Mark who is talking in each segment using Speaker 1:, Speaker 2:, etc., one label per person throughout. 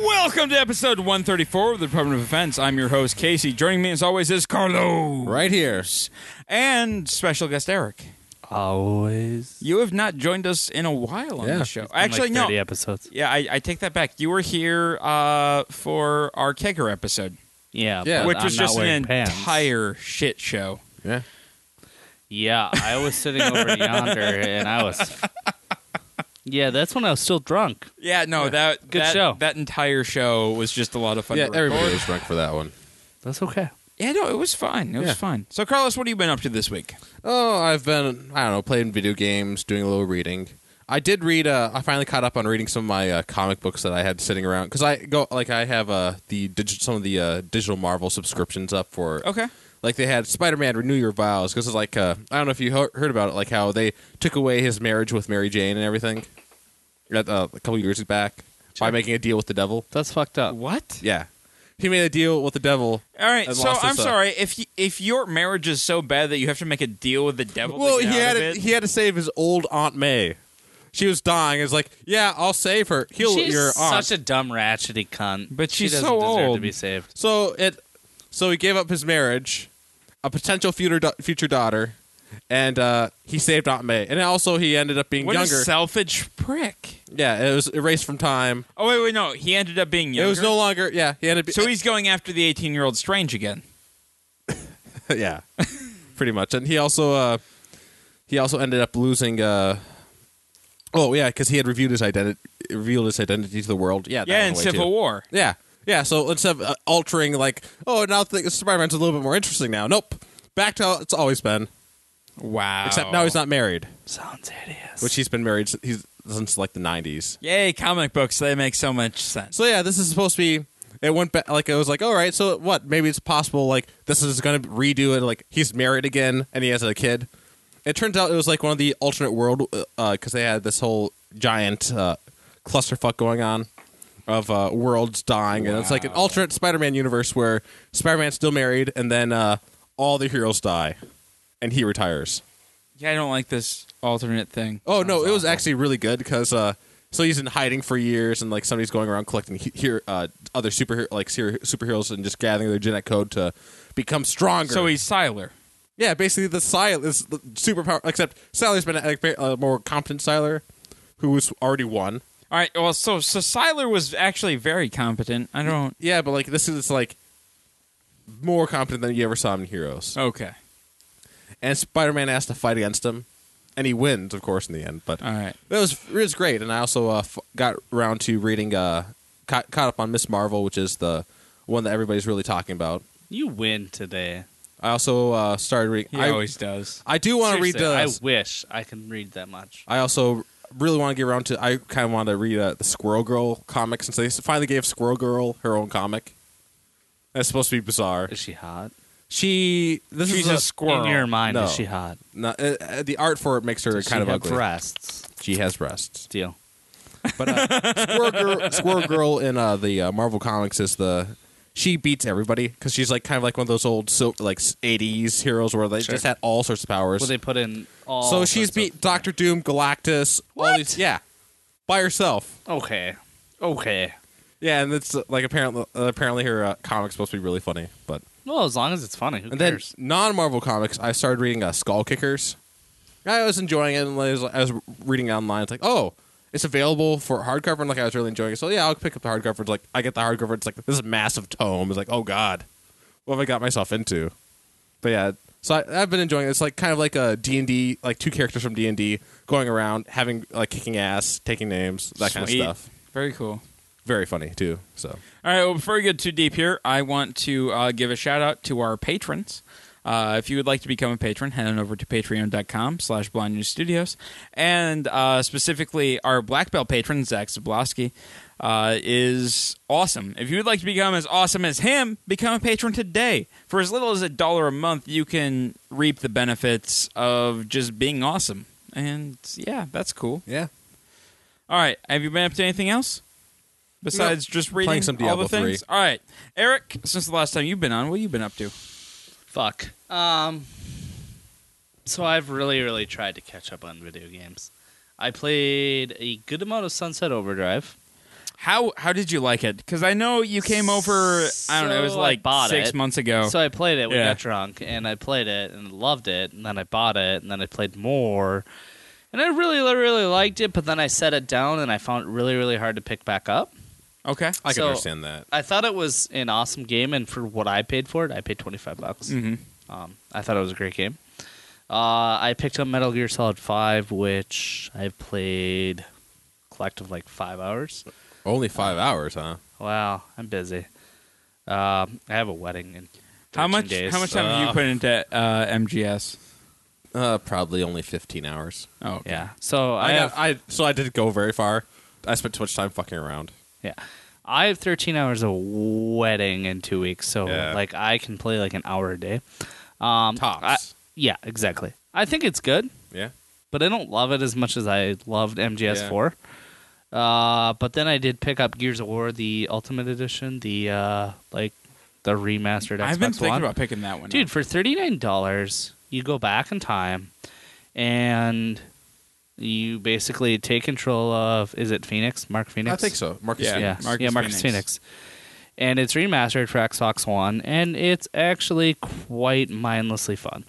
Speaker 1: Welcome to episode 134 of the Department of Defense. I'm your host, Casey. Joining me, as always, is Carlo
Speaker 2: Right here.
Speaker 1: and special guest Eric.
Speaker 3: Always.
Speaker 1: You have not joined us in a while on
Speaker 2: Yeah.
Speaker 1: the show. Actually,
Speaker 3: like
Speaker 1: no.
Speaker 3: 30 episodes.
Speaker 1: Yeah, I, I take that back. You were here uh, for our kegger episode,
Speaker 3: Yeah.
Speaker 2: Yeah.
Speaker 3: but
Speaker 1: which
Speaker 3: I'm
Speaker 1: was
Speaker 3: not
Speaker 1: just an
Speaker 3: wearing pants.
Speaker 1: entire shit show.
Speaker 2: Yeah.
Speaker 3: Yeah, I was sitting over yonder and I was. Yeah, that's when I was still drunk.
Speaker 1: Yeah, no, that
Speaker 3: Good
Speaker 1: that,
Speaker 3: show.
Speaker 1: That entire show was just a lot of fun.
Speaker 2: Yeah,
Speaker 1: to
Speaker 2: everybody
Speaker 1: record.
Speaker 2: was drunk for that one.
Speaker 3: That's okay.
Speaker 1: Yeah, no, it was fun. It was
Speaker 2: Yeah.
Speaker 1: fun. So, Carlos, what have you been up to this week?
Speaker 2: Oh, I've been, I don't know, playing video games, doing a little reading. I did read, uh, I finally caught up on reading some of my uh, comic books that I had sitting around. Because I go, like, I have uh, the digi- some of the uh, digital Marvel subscriptions up for.
Speaker 1: Okay.
Speaker 2: Like, they had Spider Man Renew Your Vows. Because it's like, uh, I don't know if you he- heard about it, like how they took away his marriage with Mary Jane and everything at, uh, a couple years back by making a deal with the devil.
Speaker 3: That's fucked up.
Speaker 1: What?
Speaker 2: Yeah. He made a deal with the devil.
Speaker 1: All right,
Speaker 2: and
Speaker 1: so
Speaker 2: lost his,
Speaker 1: I'm
Speaker 2: uh,
Speaker 1: sorry if you, if your marriage is so bad that you have to make a deal with the devil.
Speaker 2: Well,
Speaker 1: to
Speaker 2: he
Speaker 1: get out
Speaker 2: had
Speaker 1: of
Speaker 2: to,
Speaker 1: it,
Speaker 2: he had to save his old Aunt May. She was dying. It's like, yeah, I'll save her. Heal
Speaker 3: She's
Speaker 2: your aunt.
Speaker 3: such a dumb ratchety cunt.
Speaker 1: But
Speaker 3: she
Speaker 1: she's
Speaker 3: doesn't
Speaker 1: so
Speaker 3: deserve
Speaker 1: old.
Speaker 3: to be saved.
Speaker 2: so it, so he gave up his marriage, a potential future da- future daughter, and uh, he saved Aunt May. And also, he ended up being
Speaker 1: what
Speaker 2: younger.
Speaker 1: a selfish prick!
Speaker 2: yeah, it was erased from time.
Speaker 1: Oh wait, wait, no, he ended up being younger.
Speaker 2: It was no longer. Yeah, he ended up.
Speaker 1: so he's going after the 18 year old Strange again.
Speaker 2: yeah, pretty much. And he also uh, he also ended up losing. Uh, oh yeah, because he had reviewed his identity, revealed his identity to the world. Yeah, that
Speaker 1: Yeah,
Speaker 2: went
Speaker 1: in
Speaker 2: away,
Speaker 1: Civil
Speaker 2: too.
Speaker 1: War.
Speaker 2: Yeah, yeah. So instead of uh, altering, like, oh, now th- Spider-Man's a little bit more interesting now. Nope, back to how it's always been.
Speaker 1: Wow.
Speaker 2: Except now he's not married,
Speaker 3: Sounds hideous.
Speaker 2: which he's been married s- he's, since like the '90s.
Speaker 1: Yay, comic books! They make so much sense.
Speaker 2: So yeah, this is supposed to be. It went back like it was like all right. So what? Maybe it's possible. Like this is going to redo it. Like he's married again and he has a kid. It turns out it was like one of the alternate world because they had this whole giant uh, clusterfuck going on of uh, worlds dying, and it's like an alternate Spider-Man universe where Spider-Man's still married, and then uh, all the heroes die, and he retires.
Speaker 1: Yeah, I don't like this alternate thing.
Speaker 2: Oh no, it was actually really good because uh, so he's in hiding for years, and like somebody's going around collecting he- here uh, other super like ser- superheroes and just gathering their genetic code to become stronger.
Speaker 1: So he's Siler.
Speaker 2: yeah, basically the Siler is the superpower. Except Siler's been a, a more competent Siler who's already won.
Speaker 1: All right. Well, so so Siler was actually very competent. I don't.
Speaker 2: Yeah, but like this is like more competent than you ever saw him in Heroes.
Speaker 1: Okay.
Speaker 2: And Spider-Man has to fight against him, and he wins, of course, in the end. But
Speaker 1: All right.
Speaker 2: It was it was great, and I also uh, f- got around to reading uh, ca- caught up on Miss Marvel, which is the one that everybody's really talking about.
Speaker 3: you win today.
Speaker 2: I also uh, started reading.
Speaker 1: He
Speaker 2: I,
Speaker 1: always does.
Speaker 2: I do want to read
Speaker 3: Seriously,
Speaker 2: the. I
Speaker 3: I wish I can read that much.
Speaker 2: also really want to get around to. I kind of want to read uh, the Squirrel Girl comic since they finally gave Squirrel Girl her own comic. That's supposed to be bizarre.
Speaker 3: Is she hot?
Speaker 2: She this
Speaker 1: She's
Speaker 2: is
Speaker 1: a squirrel.
Speaker 3: In your mind,
Speaker 2: No.
Speaker 3: is she hot?
Speaker 2: no, uh, uh, the art for it makes her
Speaker 3: Does
Speaker 2: kind
Speaker 3: she
Speaker 2: of
Speaker 3: have
Speaker 2: ugly.
Speaker 3: breasts.
Speaker 2: She has breasts.
Speaker 3: Deal.
Speaker 2: But uh, Squirrel, Girl, Squirrel Girl in uh, the uh, Marvel comics is the she beats everybody because she's like kind of like one of those old sil like '80s heroes where they
Speaker 3: Sure.
Speaker 2: just had all sorts of powers.
Speaker 3: Well, they put in all.
Speaker 2: so she's
Speaker 3: sorts
Speaker 2: beat
Speaker 3: of-
Speaker 2: Doctor Doom, Galactus, all
Speaker 3: What?
Speaker 2: these, yeah, by herself.
Speaker 3: Okay. Okay.
Speaker 2: Yeah, and it's uh, like apparently uh, apparently her uh, comic's supposed to be really funny, but
Speaker 3: Well, as long as it's funny. Who
Speaker 2: and then
Speaker 3: cares?
Speaker 2: non-Marvel comics, I started reading uh, Skull Kickers. I was enjoying it, and I was, I was reading it online. It's like, oh, it's available for hardcover, and like I was really enjoying it. So yeah, I'll pick up the hardcover. It's like I get the hardcover. It's like this is a massive tome. It's like, oh god, what have I got myself into? But yeah, so I, I've been enjoying it. It's like kind of like a D and D, like two characters from D and D going around having like kicking ass, taking names, that kind of
Speaker 1: Sweet.
Speaker 2: stuff.
Speaker 1: Very cool.
Speaker 2: Very funny too. So
Speaker 1: All right, well, before we get too deep here, I want to uh, give a shout out to our patrons. Uh, if you would like to become a patron, head on over to patreon.com slash blind news studios. And uh, specifically, our Black Belt patron, Zach Zablosky, uh, is awesome. If you would like to become as awesome as him, become a patron today. For as little as a dollar a month, you can reap the benefits of just being awesome. And yeah, that's cool.
Speaker 2: yeah,
Speaker 1: All right. Have you been up to anything else besides just reading
Speaker 2: Playing some
Speaker 1: all the
Speaker 2: Diablo 3.
Speaker 1: things? All right, Eric. Since the last time you've been on, what have you been up to?
Speaker 3: Fuck. Um. So I've really, really tried to catch up on video games. I played a good amount of Sunset Overdrive.
Speaker 1: How how did you like it? Because I know you came over. I don't know. It was
Speaker 3: So I
Speaker 1: like
Speaker 3: bought
Speaker 1: six
Speaker 3: it.
Speaker 1: months ago.
Speaker 3: So I played it. We
Speaker 1: Oh. Yeah.
Speaker 3: got drunk, and I played it and loved it. And then I bought it, and then I played more, and I really, really liked it. But then I set it down, and I found it really, really hard to pick back up.
Speaker 1: okay.
Speaker 2: I can
Speaker 3: So-
Speaker 2: understand that.
Speaker 3: I thought it was an awesome game, and for what I paid for it, I paid twenty five bucks.
Speaker 1: Mhm.
Speaker 3: Um, I thought it was a great game. Uh, I picked up Metal Gear Solid Five, which I've played collective like five hours.
Speaker 2: Only five hours, huh?
Speaker 3: Wow, I'm busy. Um, I have a wedding in
Speaker 1: How
Speaker 3: 13
Speaker 1: much
Speaker 3: days.
Speaker 1: how much time have you
Speaker 2: Uh.
Speaker 1: put into uh, MGS?
Speaker 2: Uh, probably only fifteen hours.
Speaker 1: Oh okay.
Speaker 3: Yeah, so I,
Speaker 2: I,
Speaker 3: have
Speaker 2: got, I so I didn't go very far. I spent too much time fucking around.
Speaker 3: yeah, I have thirteen hours of wedding in two weeks, so
Speaker 2: Yeah.
Speaker 3: like I can play like an hour a day. Um,
Speaker 2: Tops.
Speaker 3: I- yeah, exactly. I think it's good.
Speaker 2: yeah.
Speaker 3: but I don't love it as much as I loved MGS4. Uh, but then I did pick up Gears of War, the Ultimate Edition, the uh, like the remastered. Xbox
Speaker 1: I've been thinking
Speaker 3: One.
Speaker 1: about picking that one. up.
Speaker 3: dude for thirty nine dollars. You go back in time, and you basically take control of is it Phoenix, Mark Phoenix?
Speaker 2: I think so. Marcus.
Speaker 1: Yeah.
Speaker 3: Yeah,
Speaker 2: Phoenix.
Speaker 1: Marcus
Speaker 3: yeah,
Speaker 1: Phoenix.
Speaker 3: Marcus Phoenix. And it's remastered for Xbox One, and it's actually quite mindlessly fun.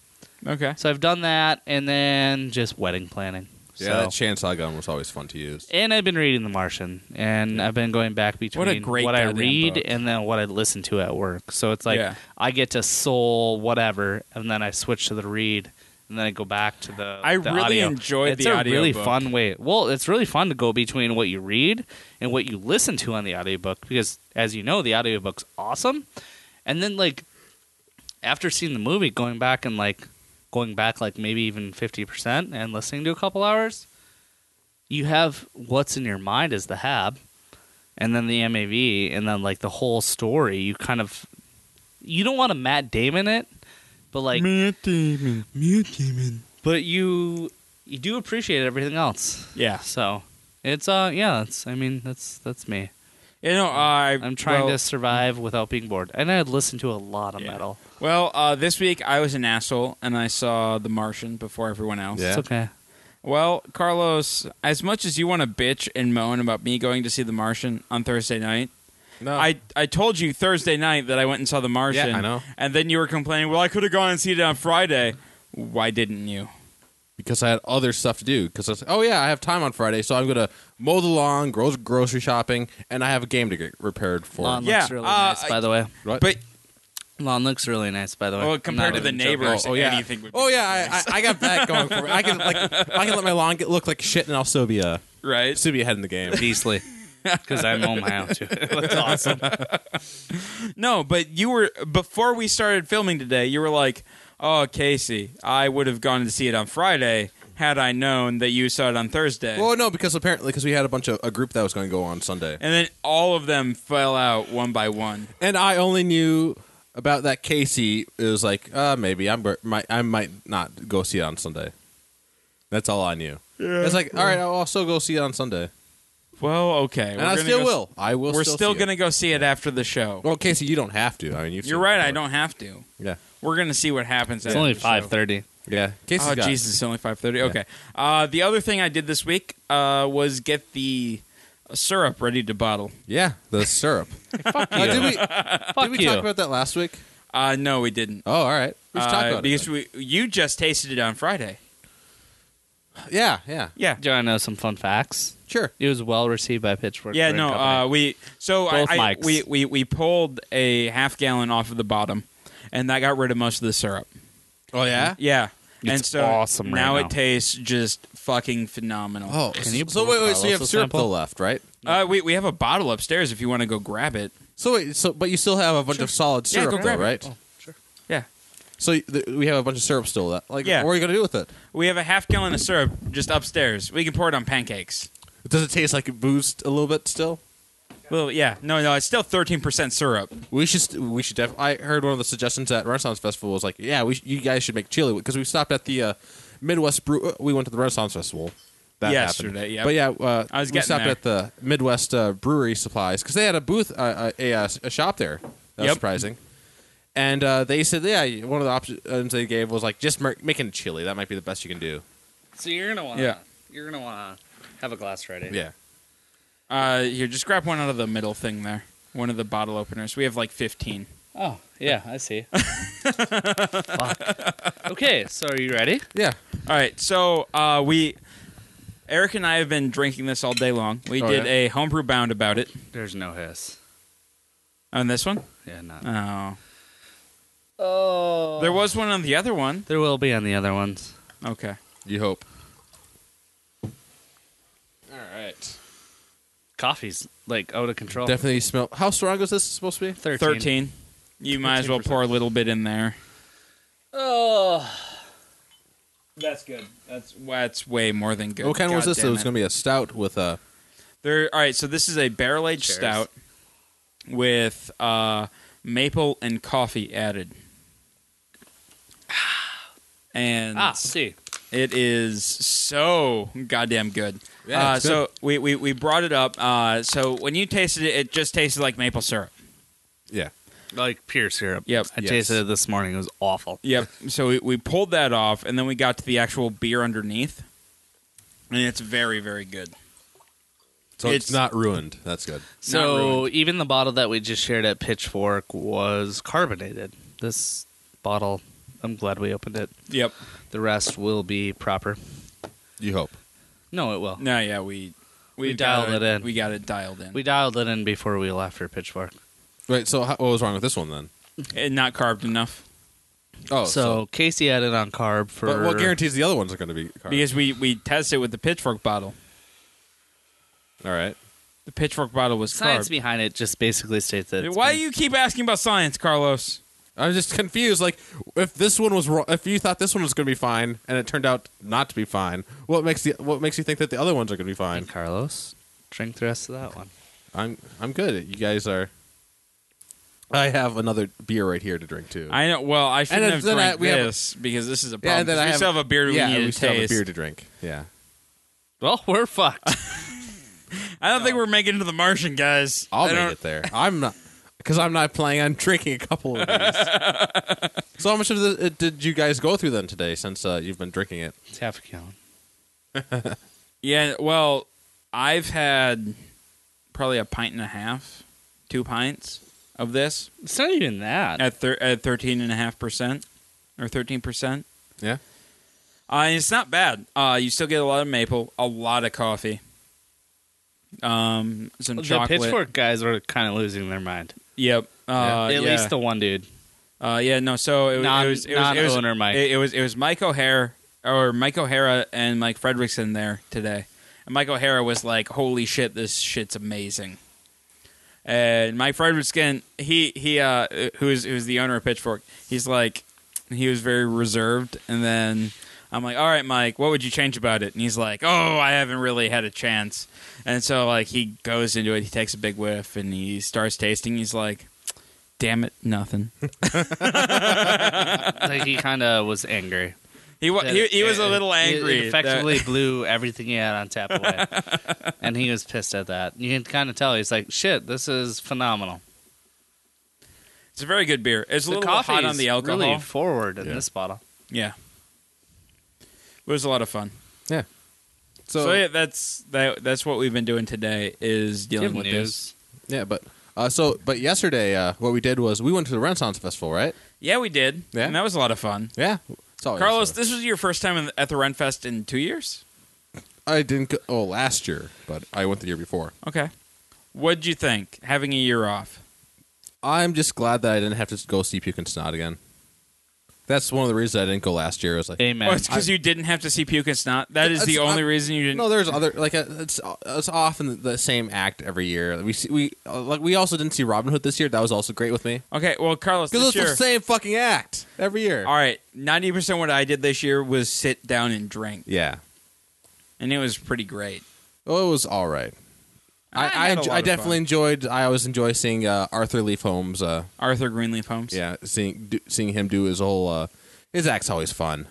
Speaker 1: Okay.
Speaker 3: So I've done that, and then just wedding planning.
Speaker 2: Yeah,
Speaker 3: so.
Speaker 2: that chainsaw gun was always fun to use.
Speaker 3: And I've been reading The Martian, and I've been going back between
Speaker 1: great
Speaker 3: what I
Speaker 1: goddamn
Speaker 3: read
Speaker 1: book.
Speaker 3: and then what I listen to at work. So it's like
Speaker 1: Yeah.
Speaker 3: I get to soul whatever, and then I switch to the read, and then I go back to the.
Speaker 1: I
Speaker 3: the
Speaker 1: really
Speaker 3: audio.
Speaker 1: enjoyed
Speaker 3: it's
Speaker 1: the
Speaker 3: a really
Speaker 1: audiobook.
Speaker 3: fun way. Well, it's really fun to go between what you read and what you listen to on the audiobook because, as you know, the audiobook's awesome. And then like after seeing the movie, going back and like going back like maybe even fifty percent and listening to a couple hours, you have what's in your mind as the hab, and then the MAV, and then like the whole story. You kind of you don't want to Matt Damon it, but like but you you do appreciate everything else.
Speaker 1: Yeah.
Speaker 3: So it's uh yeah, it's I mean that's that's me.
Speaker 1: You know, I
Speaker 3: I'm trying
Speaker 1: well,
Speaker 3: to survive without being bored, and I listen to a lot of
Speaker 1: Yeah.
Speaker 3: metal.
Speaker 1: Well, uh, this week I was an asshole and I saw The Martian before everyone else.
Speaker 2: Yeah.
Speaker 3: It's okay.
Speaker 1: Well, Carlos, as much as you want to bitch and moan about me going to see The Martian on Thursday night,
Speaker 2: No,
Speaker 1: I, I told you Thursday night that I went and saw The Martian.
Speaker 2: Oh. Yeah, I know.
Speaker 1: And then you were complaining, well, I could have gone and seen it on Friday. Why didn't you?
Speaker 2: because I had other stuff to do. Because I was like, oh yeah, I have time on Friday, so I'm gonna mow the lawn, grow grocery shopping, and I have a game to get repaired for.
Speaker 3: Lawn
Speaker 1: Yeah,
Speaker 3: looks really
Speaker 1: uh,
Speaker 3: nice,
Speaker 1: I-
Speaker 3: by the way.
Speaker 2: What?
Speaker 1: But
Speaker 3: Lawn looks really nice, by the way.
Speaker 1: well,
Speaker 3: I'm
Speaker 1: compared to
Speaker 3: not
Speaker 1: the
Speaker 3: even joking.
Speaker 1: neighbors,
Speaker 2: Oh, oh, yeah.
Speaker 1: anything would be
Speaker 2: oh yeah, I, I, I got that going for me. I can like I can let my lawn get, look like shit, and I'll still be a
Speaker 1: right.
Speaker 2: still be ahead in the game.
Speaker 3: Oh, beastly. Because I'm on my own too. That's awesome.
Speaker 1: No, but you were before we started filming today. You were like, "Oh, Casey, I would have gone to see it on Friday had I known that you saw it on Thursday."
Speaker 2: Well, no, because apparently because we had a bunch of a group that was going to go on Sunday,
Speaker 1: and then all of them fell out one by one.
Speaker 2: and I only knew about that Casey. It was like uh, maybe I'm gr- might I might not go see it on Sunday. That's all I knew. It's like all right, I'll I'll still go see it on Sunday,
Speaker 1: Well, okay,
Speaker 2: and I still will. I will.
Speaker 1: We're
Speaker 2: still,
Speaker 1: still,
Speaker 2: see
Speaker 1: gonna
Speaker 2: It.
Speaker 1: go see it after the show.
Speaker 2: Well, Casey, you don't have to. I mean, you've
Speaker 1: You're
Speaker 2: seen it
Speaker 1: right. I
Speaker 2: before.
Speaker 1: don't have to.
Speaker 2: Yeah,
Speaker 1: We're gonna see what happens.
Speaker 3: It's
Speaker 1: after
Speaker 3: only
Speaker 1: the show.
Speaker 3: five thirty.
Speaker 2: yeah. Casey's
Speaker 1: Oh
Speaker 2: got-
Speaker 1: Jesus, it's only five thirty. Okay. Uh, the other thing I did this week uh, was get the syrup ready to bottle.
Speaker 2: Yeah, the syrup.
Speaker 3: Fuck
Speaker 2: Uh,
Speaker 3: you.
Speaker 2: did we,
Speaker 3: Fuck
Speaker 2: did we
Speaker 3: you.
Speaker 2: talk about that last week?
Speaker 1: Uh, no, we didn't.
Speaker 2: Oh, all right. We should talk
Speaker 1: Uh,
Speaker 2: about it.
Speaker 1: because we you just tasted it on Friday.
Speaker 2: then. Yeah, yeah,
Speaker 1: Yeah.
Speaker 3: Do you want to know some fun facts?
Speaker 2: sure.
Speaker 3: It was well received by Pitchfork.
Speaker 1: Yeah,
Speaker 3: Brewing
Speaker 1: no,
Speaker 3: Company.
Speaker 1: uh, we so I,
Speaker 3: Both
Speaker 1: I
Speaker 3: mics.
Speaker 1: we, we we pulled a half gallon off of the bottom, and that got rid of most of the syrup.
Speaker 2: Oh yeah.
Speaker 1: Yeah, and
Speaker 3: It's
Speaker 1: so
Speaker 3: awesome right
Speaker 1: now,
Speaker 3: now.
Speaker 1: it tastes just fucking phenomenal.
Speaker 2: Oh,
Speaker 3: Can you
Speaker 2: so wait, wait. So you
Speaker 3: Carlos
Speaker 2: have
Speaker 3: a
Speaker 2: syrup
Speaker 3: sample?
Speaker 2: though left, right?
Speaker 1: Uh, we we have a bottle upstairs if you want to go grab it.
Speaker 2: So wait, so but you still have a bunch of solid
Speaker 1: Yeah,
Speaker 2: syrup,
Speaker 1: go grab
Speaker 2: though,
Speaker 1: it.
Speaker 2: right?
Speaker 1: Yeah.
Speaker 2: So y- th- we have a bunch of syrup still. That like,
Speaker 1: Yeah.
Speaker 2: what are you gonna do with it?
Speaker 1: We have a half gallon of syrup just upstairs. We can pour it on pancakes.
Speaker 2: Does it taste like booze a little bit still?
Speaker 1: Well, yeah. No, no, it's still 13% syrup.
Speaker 2: We should st- we should def- I heard one of the suggestions at Renaissance Festival was like, yeah, we sh- you guys should make chili because we stopped at the uh, Midwest Brew. uh, We went to the Renaissance Festival. That
Speaker 1: Yesterday,
Speaker 2: happened.
Speaker 1: yep.
Speaker 2: But yeah, uh,
Speaker 1: I was
Speaker 2: we
Speaker 1: getting
Speaker 2: stopped
Speaker 1: there.
Speaker 2: at the Midwest uh, Brewery Supplies because they had a booth, uh, a, a, uh, a shop there. That was
Speaker 1: Yep.
Speaker 2: surprising. And uh, they said, yeah, one of the options they gave was like just mer- making chili. That might be the best you can do.
Speaker 3: So you're gonna want.
Speaker 1: Yeah.
Speaker 3: to You're gonna want to have a glass Friday.
Speaker 2: Yeah.
Speaker 1: Uh, here, just grab one out of the middle thing there. One of the bottle openers. We have like 15.
Speaker 3: Oh yeah, I see. Fuck. Okay, so are you ready?
Speaker 2: Yeah.
Speaker 1: All right, so uh, we. Eric and I have been drinking this all day long. We
Speaker 2: Oh,
Speaker 1: did
Speaker 2: yeah?
Speaker 1: a homebrew bound about it
Speaker 3: There's no hiss.
Speaker 1: on this one.
Speaker 3: Yeah, not.
Speaker 1: Oh.
Speaker 3: Oh.
Speaker 1: There was one on the other one.
Speaker 3: There will be on the other ones.
Speaker 1: Okay.
Speaker 2: You hope. All right.
Speaker 3: Coffee's like out of control.
Speaker 2: Definitely smell. How strong is this supposed to be?
Speaker 3: 13.
Speaker 1: 13. You might as well pour a little bit in there.
Speaker 3: Oh.
Speaker 1: That's good. That's that's way more than good.
Speaker 2: What kind
Speaker 1: God
Speaker 2: was this?
Speaker 1: damn
Speaker 2: It was going to be a stout with a.
Speaker 1: There. All right. So this is a barrel aged
Speaker 3: Cheers.
Speaker 1: stout with uh, maple and coffee added, and
Speaker 3: Ah, see.
Speaker 1: it is so goddamn good.
Speaker 2: Yeah,
Speaker 1: uh,
Speaker 2: it's good.
Speaker 1: So we, we we brought it up. Uh, so when you tasted it, it just tasted like maple syrup.
Speaker 2: Yeah.
Speaker 3: Like pure syrup.
Speaker 1: Yep.
Speaker 3: I
Speaker 2: Yes.
Speaker 3: tasted it this morning. It was awful.
Speaker 1: Yep. So we, we pulled that off, and then we got to the actual beer underneath, and it's very very good.
Speaker 2: So it's,
Speaker 1: It's-
Speaker 2: not ruined. That's good.
Speaker 3: So even the bottle that we just shared at Pitchfork was carbonated. This bottle, I'm glad we opened it.
Speaker 1: Yep.
Speaker 3: The rest will be proper.
Speaker 2: You hope.
Speaker 3: No, it will.
Speaker 1: No. Yeah. We. We,
Speaker 3: We dialed
Speaker 1: got
Speaker 3: it in.
Speaker 1: We got it dialed in.
Speaker 3: We dialed it in before we left for Pitchfork.
Speaker 2: Wait. So how, what was wrong with this one then?
Speaker 1: and not carved enough
Speaker 2: Oh,
Speaker 3: so, Casey added on carb for.
Speaker 2: but what guarantees the other ones are going to be? Carb?
Speaker 1: because we we tested it with the pitchfork bottle.
Speaker 2: all right.
Speaker 1: The pitchfork bottle was
Speaker 3: Science
Speaker 1: carved.
Speaker 3: behind it just basically states that. it's
Speaker 1: Why
Speaker 3: been-
Speaker 1: do you keep asking about science, Carlos?
Speaker 2: I'm just confused. Like, if this one was wrong, if you thought this one was going to be fine and it turned out not to be fine, what makes the what makes you think that the other ones are going to be fine?
Speaker 3: And Carlos, drink the rest of that one.
Speaker 2: I'm I'm good. You guys are. I have another beer right here to drink too.
Speaker 1: I know. Well, I shouldn't
Speaker 2: then-
Speaker 1: have
Speaker 2: then I-
Speaker 1: drank
Speaker 2: we have-
Speaker 1: this because this is a problem.
Speaker 2: yeah, and then
Speaker 1: 'cause
Speaker 2: I
Speaker 1: we
Speaker 2: have,
Speaker 1: still have a beer
Speaker 2: yeah,
Speaker 1: we
Speaker 2: and
Speaker 1: need
Speaker 2: we
Speaker 1: to
Speaker 2: still have a
Speaker 1: taste.
Speaker 2: beer to drink. Yeah.
Speaker 3: Well, we're fucked.
Speaker 1: I don't think we're making it to the Martian, guys.
Speaker 2: Oh. I'll
Speaker 1: I
Speaker 2: make
Speaker 1: don't-
Speaker 2: it there. I'm not because I'm not playing. I'm drinking a couple of these. so how much of the, uh, did you guys go through then today since uh, you've been drinking it?
Speaker 3: it's half a gallon.
Speaker 1: Yeah. Well, I've had probably a pint and a half, two pints of this
Speaker 3: It's not even that.
Speaker 1: at thir- at thirteen and a half percent or thirteen percent.
Speaker 2: Yeah.
Speaker 1: Uh, and it's not bad. Uh, you still get a lot of maple, a lot of coffee, um, some
Speaker 3: The
Speaker 1: chocolate.
Speaker 3: Pitchfork guys were kind of losing their mind.
Speaker 1: Yep. Uh,
Speaker 3: At
Speaker 1: yeah.
Speaker 3: least the one dude.
Speaker 1: Uh, yeah. No. So it, was-
Speaker 3: Non-
Speaker 1: it was it was, it was
Speaker 3: non-owner Mike.
Speaker 1: It, it was it was Mike O'Hare or Mike O'Hara and Mike Fredrickson there today, and Mike O'Hara was like, "Holy shit, this shit's amazing." And Mike Fredrickson, he he uh, who's who's the owner of Pitchfork, he's like, he was very reserved, and then. I'm like, all right, Mike, what would you change about it? And he's like, oh, I haven't really had a chance. And so, like, he goes into it, he takes a big whiff, and he starts tasting. He's like, damn it, nothing.
Speaker 3: like he kind of was angry.
Speaker 1: He wa- he, he was a
Speaker 3: It-
Speaker 1: little
Speaker 3: it-
Speaker 1: angry.
Speaker 3: It effectively blew everything he had on tap away, and he was pissed at that. You can kind of tell he's like, "Shit, this is phenomenal."
Speaker 1: That- it's a very good beer. It's a
Speaker 3: the
Speaker 1: little
Speaker 3: coffee
Speaker 1: hot on the alcohol.
Speaker 3: really forward in
Speaker 2: Yeah.
Speaker 3: this bottle.
Speaker 1: yeah, it was a lot of fun.
Speaker 2: Yeah. So,
Speaker 1: So, yeah, that's that. That's what we've been doing today is dealing with this.
Speaker 2: yeah, but uh, so but yesterday uh, what we did was we went to the Renaissance Festival, right?
Speaker 1: Yeah, we did.
Speaker 2: Yeah.
Speaker 1: and that was a lot of fun.
Speaker 2: Yeah. It's always-
Speaker 1: Carlos, this was your first time in- at the Renfest in two years.
Speaker 2: I didn't. Go, oh, last year, but I went the year before.
Speaker 1: Okay, what'd you think having a year off?
Speaker 2: I'm just glad that I didn't have to go see Puke and Snot again. That's one of the reasons I didn't go last year. It was like
Speaker 3: Amen.
Speaker 1: Oh, it's because you didn't have to see puke and snot. That is the
Speaker 2: That's-
Speaker 1: only
Speaker 2: I-
Speaker 1: reason you didn't.
Speaker 2: No, there's other like uh, it's it's often the same act every year. We see we uh, like we also didn't see Robin Hood this year. That was also great with me
Speaker 1: okay, well, Carlos,
Speaker 2: because
Speaker 1: this
Speaker 2: it's
Speaker 1: year,
Speaker 2: the same fucking act every year.
Speaker 1: all right, ninety percent what I did this year was sit down and drink,
Speaker 2: Yeah.
Speaker 1: and it was pretty great.
Speaker 2: Oh, it was all right.
Speaker 1: I
Speaker 2: I I,
Speaker 1: had a
Speaker 2: enj-
Speaker 1: lot
Speaker 2: I
Speaker 1: of
Speaker 2: definitely
Speaker 1: fun.
Speaker 2: enjoyed. I always enjoy seeing uh, Arthur Leaf Holmes. Uh,
Speaker 1: Arthur Greenleaf Holmes.
Speaker 2: yeah, seeing do, seeing him do his whole. Uh, his act's always fun.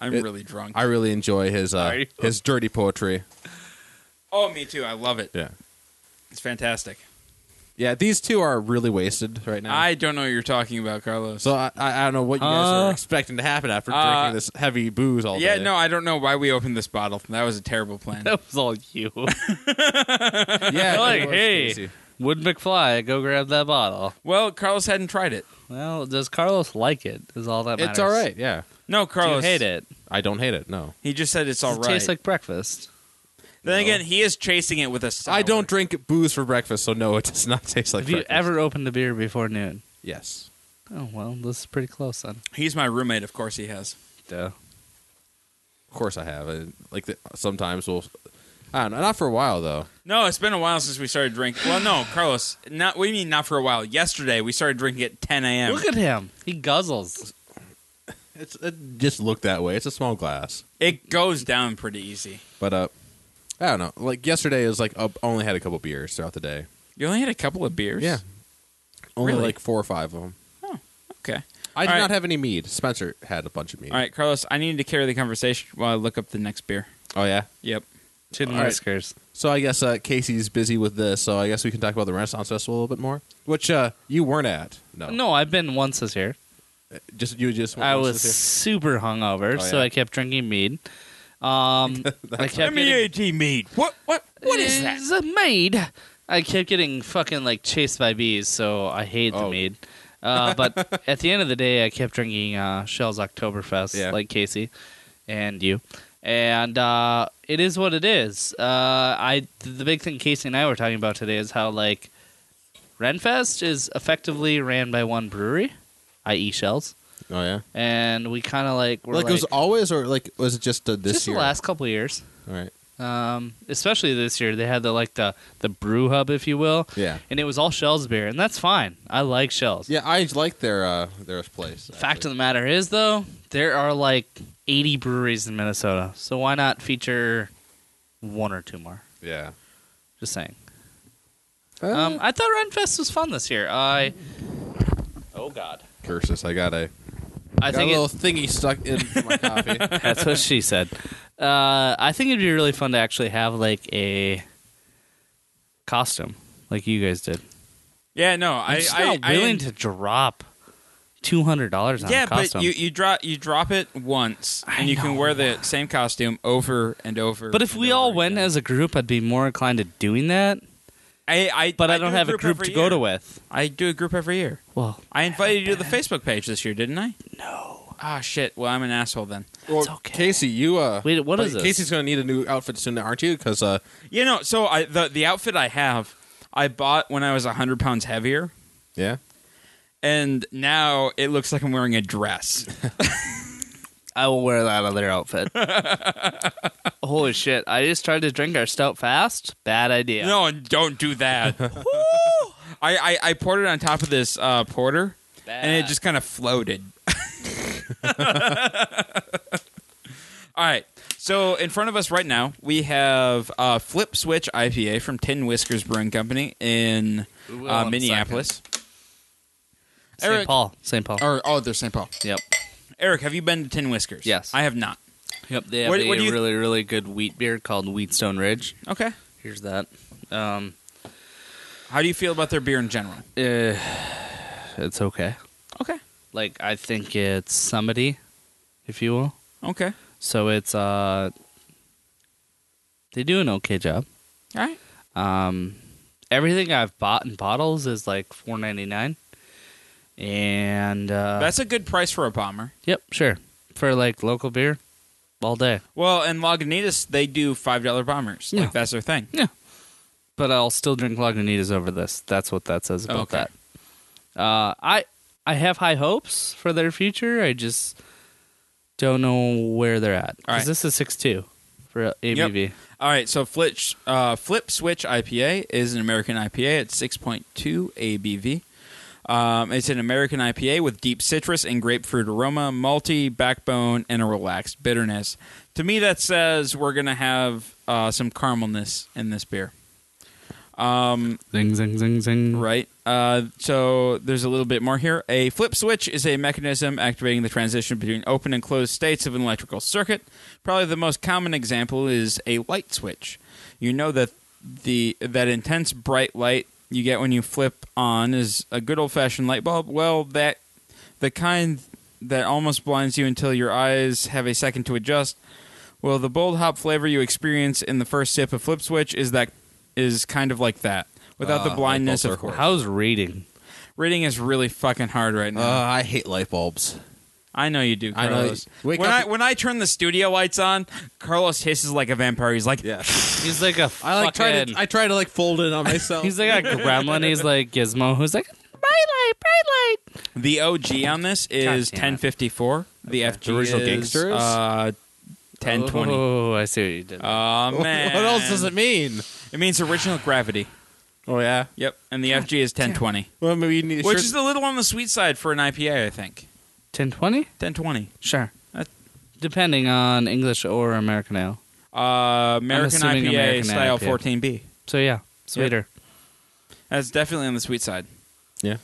Speaker 1: I'm
Speaker 2: It-
Speaker 1: really drunk.
Speaker 2: I really enjoy his uh,
Speaker 3: Are you?
Speaker 2: his dirty poetry.
Speaker 1: oh, me too. I love it.
Speaker 2: Yeah,
Speaker 1: It's fantastic.
Speaker 2: yeah. These two are really wasted right now.
Speaker 1: I don't know what you're talking about, Carlos.
Speaker 2: so I, I I don't know what you guys
Speaker 3: Uh,
Speaker 2: are expecting to happen after
Speaker 1: uh,
Speaker 2: drinking this heavy booze all
Speaker 1: yeah,
Speaker 2: day.
Speaker 1: no, I don't know why we opened this bottle. That was a terrible plan.
Speaker 3: that was all you.
Speaker 2: yeah. it
Speaker 3: like,
Speaker 2: was
Speaker 3: hey.
Speaker 2: Casey.
Speaker 3: Would McFly go grab that bottle?
Speaker 1: Well, Carlos hadn't tried it.
Speaker 3: Well, does Carlos like it? Is all that matters.
Speaker 2: it's all right. Yeah,
Speaker 1: No,
Speaker 3: Do you
Speaker 1: Carlos
Speaker 3: hate it?
Speaker 2: I don't hate it. No,
Speaker 1: He just said it's
Speaker 3: Does
Speaker 1: all
Speaker 3: it
Speaker 1: right.
Speaker 3: tastes like breakfast.
Speaker 1: then again, he is chasing it with a. Sour.
Speaker 2: I don't drink booze for breakfast, so no, it does not taste like.
Speaker 3: Have you
Speaker 2: breakfast.
Speaker 3: ever opened a beer before noon?
Speaker 2: Yes.
Speaker 3: Oh well, this is pretty close then.
Speaker 1: He's my roommate. Of course, he has.
Speaker 3: Duh.
Speaker 2: Of course, I have. I, like the, sometimes we'll. I don't know. Not for a while though.
Speaker 1: No, it's been a while since we started drinking. Well, no, Carlos. Not. What do you mean? Not for a while. Yesterday we started drinking at 10 a.m.
Speaker 3: Look at him. He guzzles.
Speaker 2: It's it just looked that way. It's a small glass,
Speaker 1: It goes down pretty easy.
Speaker 2: but uh, I don't know. Like yesterday was like uh, only had a couple beers throughout the day.
Speaker 1: You only had a couple of beers.
Speaker 2: Yeah. Only
Speaker 1: Really?
Speaker 2: like four or five of them.
Speaker 1: Okay.
Speaker 2: I did
Speaker 1: All right.
Speaker 2: not have any mead. Spencer had a bunch of mead.
Speaker 1: All right, Carlos. I need to carry the conversation while I look up the next beer.
Speaker 2: Oh yeah.
Speaker 1: Yep.
Speaker 3: Chin
Speaker 2: right.
Speaker 3: whiskers.
Speaker 2: So I guess uh, Casey's busy with this. So I guess we can talk about the Renaissance Festival a little bit more, which uh, you weren't at. No.
Speaker 3: No, I've been once this year.
Speaker 2: Just you just.
Speaker 3: I
Speaker 2: went
Speaker 3: was
Speaker 2: this
Speaker 3: super hungover,
Speaker 2: Oh,
Speaker 3: so
Speaker 2: yeah.
Speaker 3: I kept drinking mead. Um, I kept
Speaker 2: E
Speaker 3: getting,
Speaker 1: M-E-A-T mead. What? What? What is that?
Speaker 3: It's a mead. I kept getting fucking like chased by bees, so I hate the
Speaker 2: Oh.
Speaker 3: mead. Uh, but at the end of the day, I kept drinking uh, Shell's Oktoberfest,
Speaker 2: Yeah.
Speaker 3: like Casey and you. And uh, it is what it is. Uh, I the big thing Casey and I were talking about today is how like Renfest is effectively ran by one brewery, i.e. Shells,
Speaker 2: year? Oh yeah.
Speaker 3: and we kind of like were
Speaker 2: Like, it was always, or like was it just uh, this
Speaker 3: just
Speaker 2: year?
Speaker 3: the last couple of years.
Speaker 2: All right.
Speaker 3: Um, especially this year, they had the like the the brew hub, if you will,
Speaker 2: Yeah.
Speaker 3: and it was all Shells beer, and that's fine. I like Shells.
Speaker 2: Yeah, I like their uh, their place.
Speaker 3: Fact
Speaker 2: actually.
Speaker 3: of the matter is, though, there are like 80 breweries in Minnesota, so why not feature one or two more?
Speaker 2: Yeah.
Speaker 3: Just saying.
Speaker 2: Uh,
Speaker 3: Um, I thought Renfest was fun this year. I oh god,
Speaker 2: curses! I got a
Speaker 3: I
Speaker 2: got
Speaker 3: think
Speaker 2: a
Speaker 3: it-
Speaker 2: little thingy stuck in my coffee.
Speaker 3: That's what she said. Uh, I think it'd be really fun to actually have like a costume, like you guys did.
Speaker 1: Yeah. No. I.
Speaker 3: I'm just
Speaker 1: I,
Speaker 3: not
Speaker 1: I,
Speaker 3: willing to drop two hundred dollars on
Speaker 1: Yeah,
Speaker 3: a
Speaker 1: but
Speaker 3: costume.
Speaker 1: you you drop you drop it once,
Speaker 3: I
Speaker 1: and you can
Speaker 3: know.
Speaker 1: wear the same costume over and over.
Speaker 3: But if
Speaker 1: and
Speaker 3: we all
Speaker 1: over
Speaker 3: went
Speaker 1: again.
Speaker 3: as a group, I'd be more inclined to doing that.
Speaker 1: I, I
Speaker 3: But I,
Speaker 1: do
Speaker 3: don't have a group
Speaker 1: every
Speaker 3: to go to
Speaker 1: year.
Speaker 3: with.
Speaker 1: I do a group every year.
Speaker 3: Well,
Speaker 1: I invited you to the Facebook page this year, didn't I?
Speaker 3: no.
Speaker 1: Ah, shit. Well, I'm an asshole then.
Speaker 2: well,
Speaker 3: okay.
Speaker 2: Casey, you uh,
Speaker 3: Wait, what
Speaker 2: but
Speaker 3: is this?
Speaker 2: Casey's gonna need a new outfit soon, aren't you? Because uh,
Speaker 1: You know, so I the the outfit I have, I bought when I was hundred pounds heavier,
Speaker 2: yeah,
Speaker 1: and now it looks like I'm wearing a dress.
Speaker 3: I will wear that other outfit. Holy shit! I just tried to drink our stout fast. Bad idea.
Speaker 1: No, don't do that. Woo! I, I I poured it on top of this uh, porter, and it
Speaker 3: Bad.
Speaker 1: just kind of floated. All right. So in front of us right now, we have uh, Flip Switch IPA from Tin Whiskers Brewing Company in
Speaker 3: Ooh,
Speaker 1: uh,
Speaker 3: one
Speaker 1: Minneapolis.
Speaker 3: St.
Speaker 1: Eric-
Speaker 3: Paul. St. Paul.
Speaker 4: Or oh, they're St. Paul.
Speaker 3: Yep.
Speaker 1: Eric, have you been to Tin Whiskers?
Speaker 3: Yes.
Speaker 1: I have not.
Speaker 3: Yep, they have
Speaker 1: What-
Speaker 3: a
Speaker 1: what do you-
Speaker 3: really, really good wheat beer called Wheatstone Ridge.
Speaker 1: Okay.
Speaker 3: Here's that. Um,
Speaker 1: How do you feel about their beer in general?
Speaker 3: eh, it's okay.
Speaker 1: Okay.
Speaker 3: Like I think it's Summity, if you will.
Speaker 1: Okay.
Speaker 3: So it's uh, they do an okay job.
Speaker 1: All right.
Speaker 3: Um, everything I've bought in bottles is like four ninety nine, and uh,
Speaker 1: That's a good price for a bomber.
Speaker 3: yep, sure for like local beer, all day.
Speaker 1: Well, in Lagunitas, they do five dollar bombers.
Speaker 3: Yeah.
Speaker 1: Like that's their thing.
Speaker 3: Yeah. But I'll still drink Lagunitas over this. That's what that says about
Speaker 1: Okay.
Speaker 3: that. Uh, I I have high hopes for their future. I just don't know where they're at.
Speaker 1: All right.
Speaker 3: Because this is six two for ABV.
Speaker 1: All right, so Flip, uh, Flip Switch IPA is an American IPA at 6.2 ABV. Um, it's an American IPA with deep citrus and grapefruit aroma, malty backbone, and a relaxed bitterness. To me, that says we're going to have uh, some caramelness in this beer,
Speaker 3: Zing zing zing zing.
Speaker 1: right? Uh, so there's a little bit more here. A flip switch is a mechanism activating the transition between open and closed states of an electrical circuit. Probably the most common example is a light switch. You know that the that intense bright light you get when you flip on is a good old fashioned light bulb. Well, that the kind that almost blinds you until your eyes have a second to adjust. Well, the bold hop flavor you experience in the first sip of Flip Switch is that is kind of like that, without
Speaker 2: Ah,
Speaker 1: the blindness
Speaker 2: light bulb
Speaker 1: of
Speaker 2: circle.
Speaker 1: course.
Speaker 3: How's reading?
Speaker 1: Reading is really fucking hard right
Speaker 2: Uh,
Speaker 1: now.
Speaker 2: I hate light bulbs.
Speaker 1: I know you do,
Speaker 2: I know.
Speaker 1: Carlos.
Speaker 2: Wake
Speaker 1: when
Speaker 2: up-
Speaker 1: I when I turn the studio lights on, Carlos hisses like a vampire. He's like,
Speaker 2: Yeah,
Speaker 3: He's like a
Speaker 2: I like try
Speaker 3: fucking.
Speaker 2: to. I try to like fold it on myself.
Speaker 3: he's like a gremlin. He's like Gizmo, who's like bright light, bright light.
Speaker 1: the OG on this is
Speaker 3: God damn it.
Speaker 1: 1054. The FG
Speaker 2: The original
Speaker 1: is
Speaker 2: gangster is?
Speaker 1: uh, 1020. Oh,
Speaker 3: Oh, I see what you did.
Speaker 1: man.
Speaker 2: What else does it mean?
Speaker 1: It means original gravity.
Speaker 2: Oh yeah.
Speaker 1: Yep, and the FG is 1020,
Speaker 2: Well, maybe you need. a
Speaker 1: which
Speaker 2: shirt-
Speaker 1: is a little on the sweet side for an IPA, I think.
Speaker 3: Ten twenty.
Speaker 1: 1020.
Speaker 3: Sure.
Speaker 1: That-
Speaker 3: Depending on English or American ale.
Speaker 1: Uh, American
Speaker 3: assuming
Speaker 1: IPA
Speaker 3: American
Speaker 1: style
Speaker 3: IPA.
Speaker 1: 14B.
Speaker 3: So yeah, sweeter.
Speaker 1: That's definitely on the sweet side.
Speaker 2: yeah.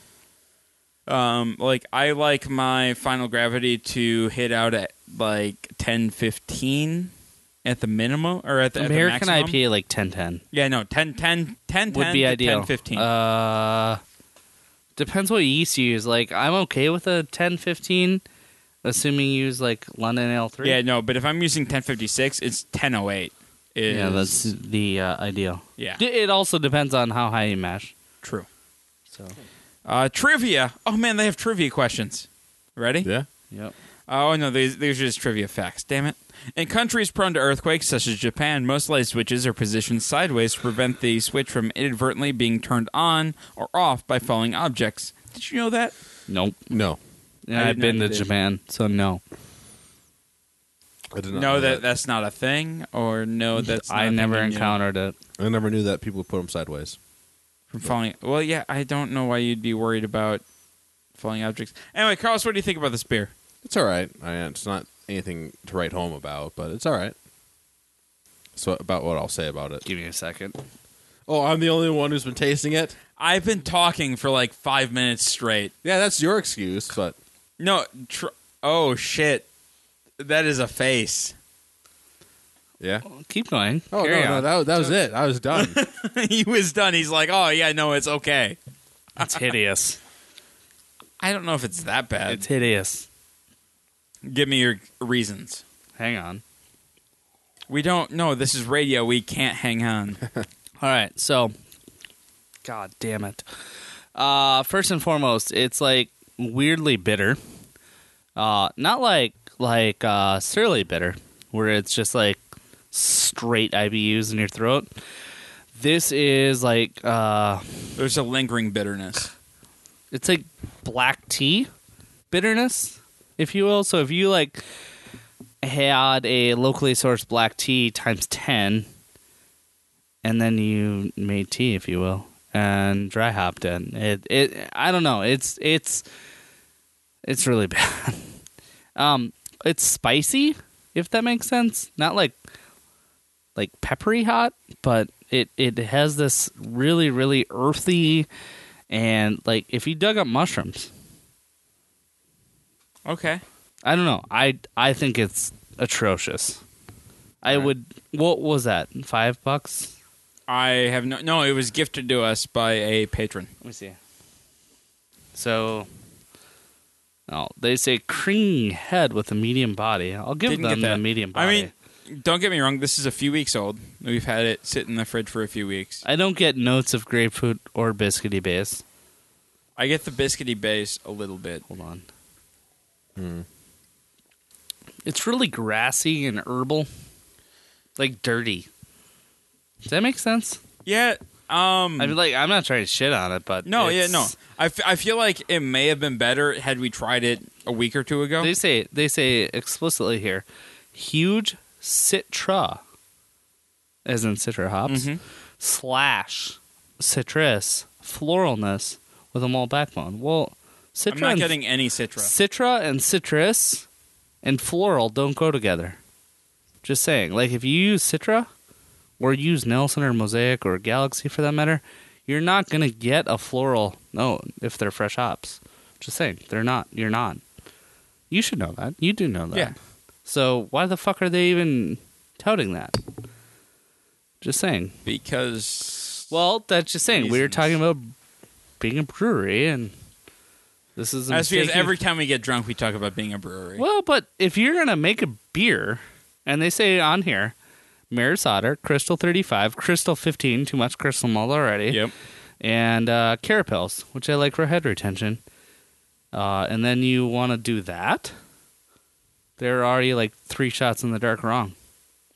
Speaker 1: Um, like I like my final gravity to hit out at like ten fifteen at the minimum or at the, at the
Speaker 3: American
Speaker 1: maximum.
Speaker 3: IPA like ten ten
Speaker 1: Yeah, no, 10, 10, 10,
Speaker 3: would be
Speaker 1: to
Speaker 3: ideal.
Speaker 1: 10, 15.
Speaker 3: Uh, depends what yeast you use. Like I'm okay with a ten fifteen, assuming you use like London ale three.
Speaker 1: yeah, no, but if I'm using ten fifty six, it's ten oh eight.
Speaker 3: yeah, that's the uh, ideal.
Speaker 1: yeah,
Speaker 3: D- It also depends on how high you mash.
Speaker 1: true.
Speaker 3: So
Speaker 1: Uh, trivia. Oh man, they have trivia questions. Ready?
Speaker 2: Yeah.
Speaker 3: yep.
Speaker 1: Oh no, these these are just trivia facts. Damn it! In countries prone to earthquakes, such as Japan, most light switches are positioned sideways to prevent the switch from inadvertently being turned on or off by falling objects. Did you know that?
Speaker 3: Nope.
Speaker 2: No,
Speaker 3: Yeah,
Speaker 1: I
Speaker 3: I've
Speaker 1: didn't
Speaker 3: been
Speaker 1: know
Speaker 3: to
Speaker 1: you did.
Speaker 3: Japan, so no.
Speaker 2: I did not.
Speaker 1: No,
Speaker 2: know
Speaker 1: that that's not a thing, or no, that's not
Speaker 3: I
Speaker 1: a thing
Speaker 3: never
Speaker 1: you knew
Speaker 3: encountered it.
Speaker 2: I never knew that people would put them sideways.
Speaker 1: from falling. Well, yeah, I don't know why you'd be worried about falling objects. Anyway, Carlos, what do you think about this beer?
Speaker 2: It's all right. I mean, it's not anything to write home about, but it's all right. So about what I'll say about it.
Speaker 3: Give me a second.
Speaker 2: Oh, I'm the only one who's been tasting it.
Speaker 1: I've been talking for like five minutes straight.
Speaker 2: Yeah, that's your excuse, but
Speaker 1: No, tr- oh shit, that is a face.
Speaker 2: yeah.
Speaker 3: Keep going.
Speaker 2: Oh
Speaker 3: Carry
Speaker 2: no, no,
Speaker 3: on.
Speaker 2: that, that was it. I was done.
Speaker 1: he was done. He's like, oh yeah, no, it's okay.
Speaker 3: it's hideous.
Speaker 1: I don't know if it's that bad.
Speaker 3: It's hideous.
Speaker 1: Give me your reasons.
Speaker 3: Hang on.
Speaker 1: We don't know. This is radio. We can't hang on.
Speaker 3: All right, so God damn it. Uh first and foremost, it's like weirdly bitter. Uh not like like uh surly bitter where it's just like straight IBUs in your throat. This is like uh
Speaker 1: There's a lingering bitterness.
Speaker 3: it's like black tea bitterness, if you will. So if you like had a locally sourced black tea times ten, and then you made tea, if you will, and dry hopped in it, it I don't know. It's it's it's really bad. um, it's spicy, if that makes sense. Not like like peppery hot, but it it has this really really earthy and like if you dug up mushrooms
Speaker 1: Okay.
Speaker 3: i don't know i i think it's atrocious i would what was that five bucks
Speaker 1: I have no. No, it was gifted to us by a patron.
Speaker 3: let me see so oh they say cream head with a medium body i'll give
Speaker 1: Didn't
Speaker 3: them
Speaker 1: get that.
Speaker 3: the medium body
Speaker 1: I mean, don't get me wrong. This is a few weeks old. We've had it sit in the fridge for a few weeks.
Speaker 3: i don't get notes of grapefruit or biscuity base
Speaker 1: I get the biscuity base a little bit.
Speaker 3: hold on
Speaker 1: Hmm.
Speaker 3: it's really grassy and herbal like dirty does that make sense
Speaker 1: Yeah, Um,
Speaker 3: I mean, like, I'm not trying to shit on it, but
Speaker 1: no, yeah,
Speaker 3: it's-
Speaker 1: no. I, f- I feel like it may have been better had we tried it a week or two ago.
Speaker 3: They say they say explicitly here, huge citra, as in citra hops,
Speaker 1: Mhm.
Speaker 3: slash citrus floralness with a malt backbone. Well, citra
Speaker 1: I'm not
Speaker 3: and,
Speaker 1: getting any Citra.
Speaker 3: citra and citrus and floral don't go together. Just saying, like if you use citra or use Nelson or Mosaic or Galaxy for that matter, you're not gonna get a floral note if they're fresh hops. Just saying, they're not. You're not. You should know that. You do know that.
Speaker 1: Yeah.
Speaker 3: So why the fuck are they even touting that? Just saying.
Speaker 1: because
Speaker 3: Well, that's just saying. We were
Speaker 1: Reasons.
Speaker 3: talking about being a brewery, and this is a
Speaker 1: that's because
Speaker 3: mistake you-
Speaker 1: every time we get drunk, we talk about being a brewery.
Speaker 3: well, but if you're gonna make a beer, and they say on here, Maris Otter, Crystal 35, Crystal 15, too much crystal malt already,
Speaker 1: Yep.
Speaker 3: and uh, Carapels, which I like for head retention, uh, and then you want to do that, they're already like three shots in the dark wrong.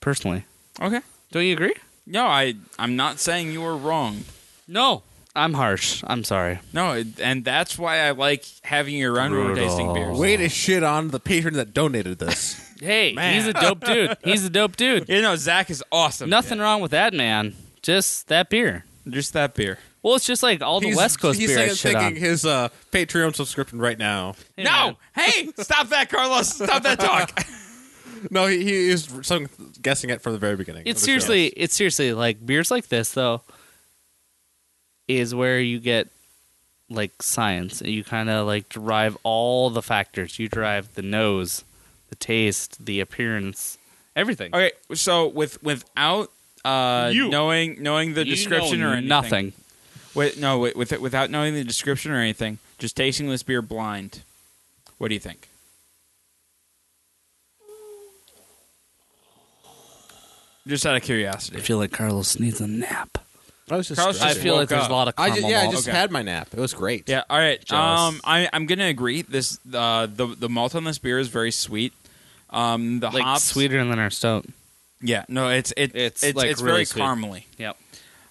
Speaker 3: Personally,
Speaker 1: Okay.
Speaker 3: don't you agree?
Speaker 1: No, I I'm not saying you were wrong.
Speaker 3: No, I'm harsh. I'm sorry.
Speaker 1: No, it- and that's why I like having you around when we're tasting
Speaker 3: Brutal.
Speaker 1: beers.
Speaker 2: Way to shit on the patron that donated this.
Speaker 3: Hey, he's a dope dude. He's a dope dude.
Speaker 1: You know, Zach is awesome.
Speaker 3: Nothing wrong with that man. Just that beer.
Speaker 1: Just that beer.
Speaker 3: Well, it's just like all the West Coast
Speaker 2: he's
Speaker 3: beer I
Speaker 2: thinking-
Speaker 3: shit on.
Speaker 2: thinking his uh, Patreon subscription right now.
Speaker 3: Hey, man.
Speaker 1: No! Hey! Stop that, Carlos! Stop that talk!
Speaker 2: No, he, he is some guessing it from the very beginning.
Speaker 3: It's
Speaker 2: of the show.
Speaker 3: seriously, it's seriously like beers like this though is where you get like science. You kind of like derive all the factors. You derive the nose, the taste, the appearance, everything.
Speaker 1: okay, so with without uh,
Speaker 3: You.
Speaker 1: knowing knowing the
Speaker 3: You
Speaker 1: description
Speaker 3: know
Speaker 1: or anything,
Speaker 3: nothing.
Speaker 1: Wait, no, wait, with, without knowing the description or anything, just tasting this beer blind. What do you think? Just out of
Speaker 3: I
Speaker 1: curiosity.
Speaker 3: feel like Carlos needs a nap.
Speaker 2: I was just.
Speaker 1: Carlos
Speaker 2: stressed.
Speaker 3: I
Speaker 1: just
Speaker 3: feel
Speaker 1: woke
Speaker 3: like there's
Speaker 1: up.
Speaker 3: a lot of
Speaker 2: I
Speaker 3: caramel
Speaker 2: just, yeah, I
Speaker 3: malt.
Speaker 2: just
Speaker 1: Okay.
Speaker 2: had my nap. It was great.
Speaker 1: Yeah. All right.
Speaker 3: Jealous.
Speaker 1: Um, I, I'm gonna agree. This uh, the the malt on this beer is very sweet. Um, the
Speaker 3: like
Speaker 1: hops.
Speaker 3: sweeter than our stout.
Speaker 1: Yeah. No, it's it, it's
Speaker 3: It's,
Speaker 1: it's,
Speaker 3: like, really
Speaker 1: very
Speaker 3: sweet.
Speaker 1: caramely.
Speaker 3: Yep.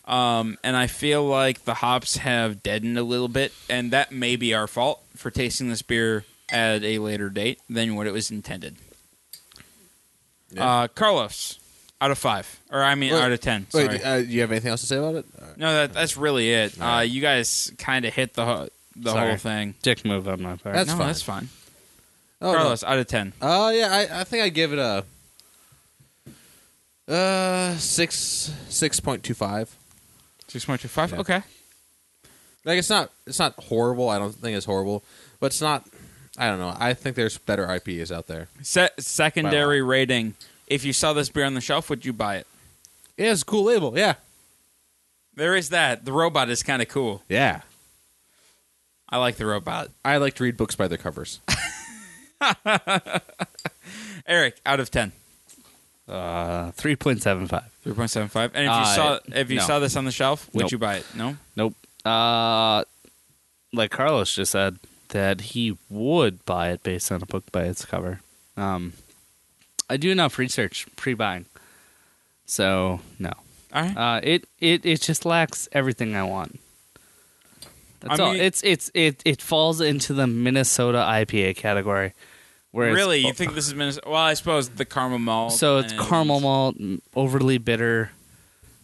Speaker 1: Um, and I feel like the hops have deadened a little bit, and that may be our fault for tasting this beer at a later date than what it was intended.
Speaker 2: Yeah.
Speaker 1: Uh, Carlos, out of five, or I mean,
Speaker 2: Wait,
Speaker 1: out of ten. Sorry.
Speaker 2: Wait, uh, do you have anything else to say about it? All right.
Speaker 1: no, that, that's really it. Uh,
Speaker 2: Alright.
Speaker 1: you guys kind of hit the ho- the
Speaker 3: Sorry.
Speaker 1: whole thing.
Speaker 3: Dick move on my part.
Speaker 2: That's
Speaker 1: no,
Speaker 2: fine.
Speaker 1: that's fine.
Speaker 2: Oh, no.
Speaker 1: Carlos, out of ten.
Speaker 2: Uh, yeah, I, I think I give it a uh six six point two five.
Speaker 1: Six point two five.
Speaker 2: Yeah.
Speaker 1: Okay.
Speaker 2: Like it's not it's not horrible. I don't think it's horrible, but it's not. I don't know. I think there's better IPAs out there.
Speaker 1: Se- secondary rating. If you saw this beer on the shelf, would you buy it?
Speaker 2: It has a cool label. Yeah,
Speaker 1: There is that. The robot is kind of cool.
Speaker 2: yeah.
Speaker 1: I like the robot.
Speaker 2: I like to read books by their covers.
Speaker 1: Eric, out of ten.
Speaker 3: Uh, three point seven five.
Speaker 1: Three point seven five. And if you
Speaker 3: Uh,
Speaker 1: saw if you
Speaker 3: no.
Speaker 1: saw this on the shelf, would
Speaker 3: Nope.
Speaker 1: you buy it? No.
Speaker 3: Nope. Uh, like Carlos just said that he would buy it based on a book by its cover. Um, I do enough research pre-buying, so no.
Speaker 1: All right.
Speaker 3: Uh, it it it just lacks everything I want. That's
Speaker 1: I
Speaker 3: all.
Speaker 1: mean-
Speaker 3: It's it's it it falls into the Minnesota IPA category. Where it's-
Speaker 1: really? You think this is Minnesota? Well, I suppose the caramel malt.
Speaker 3: so? It's
Speaker 1: and-
Speaker 3: caramel malt, overly bitter,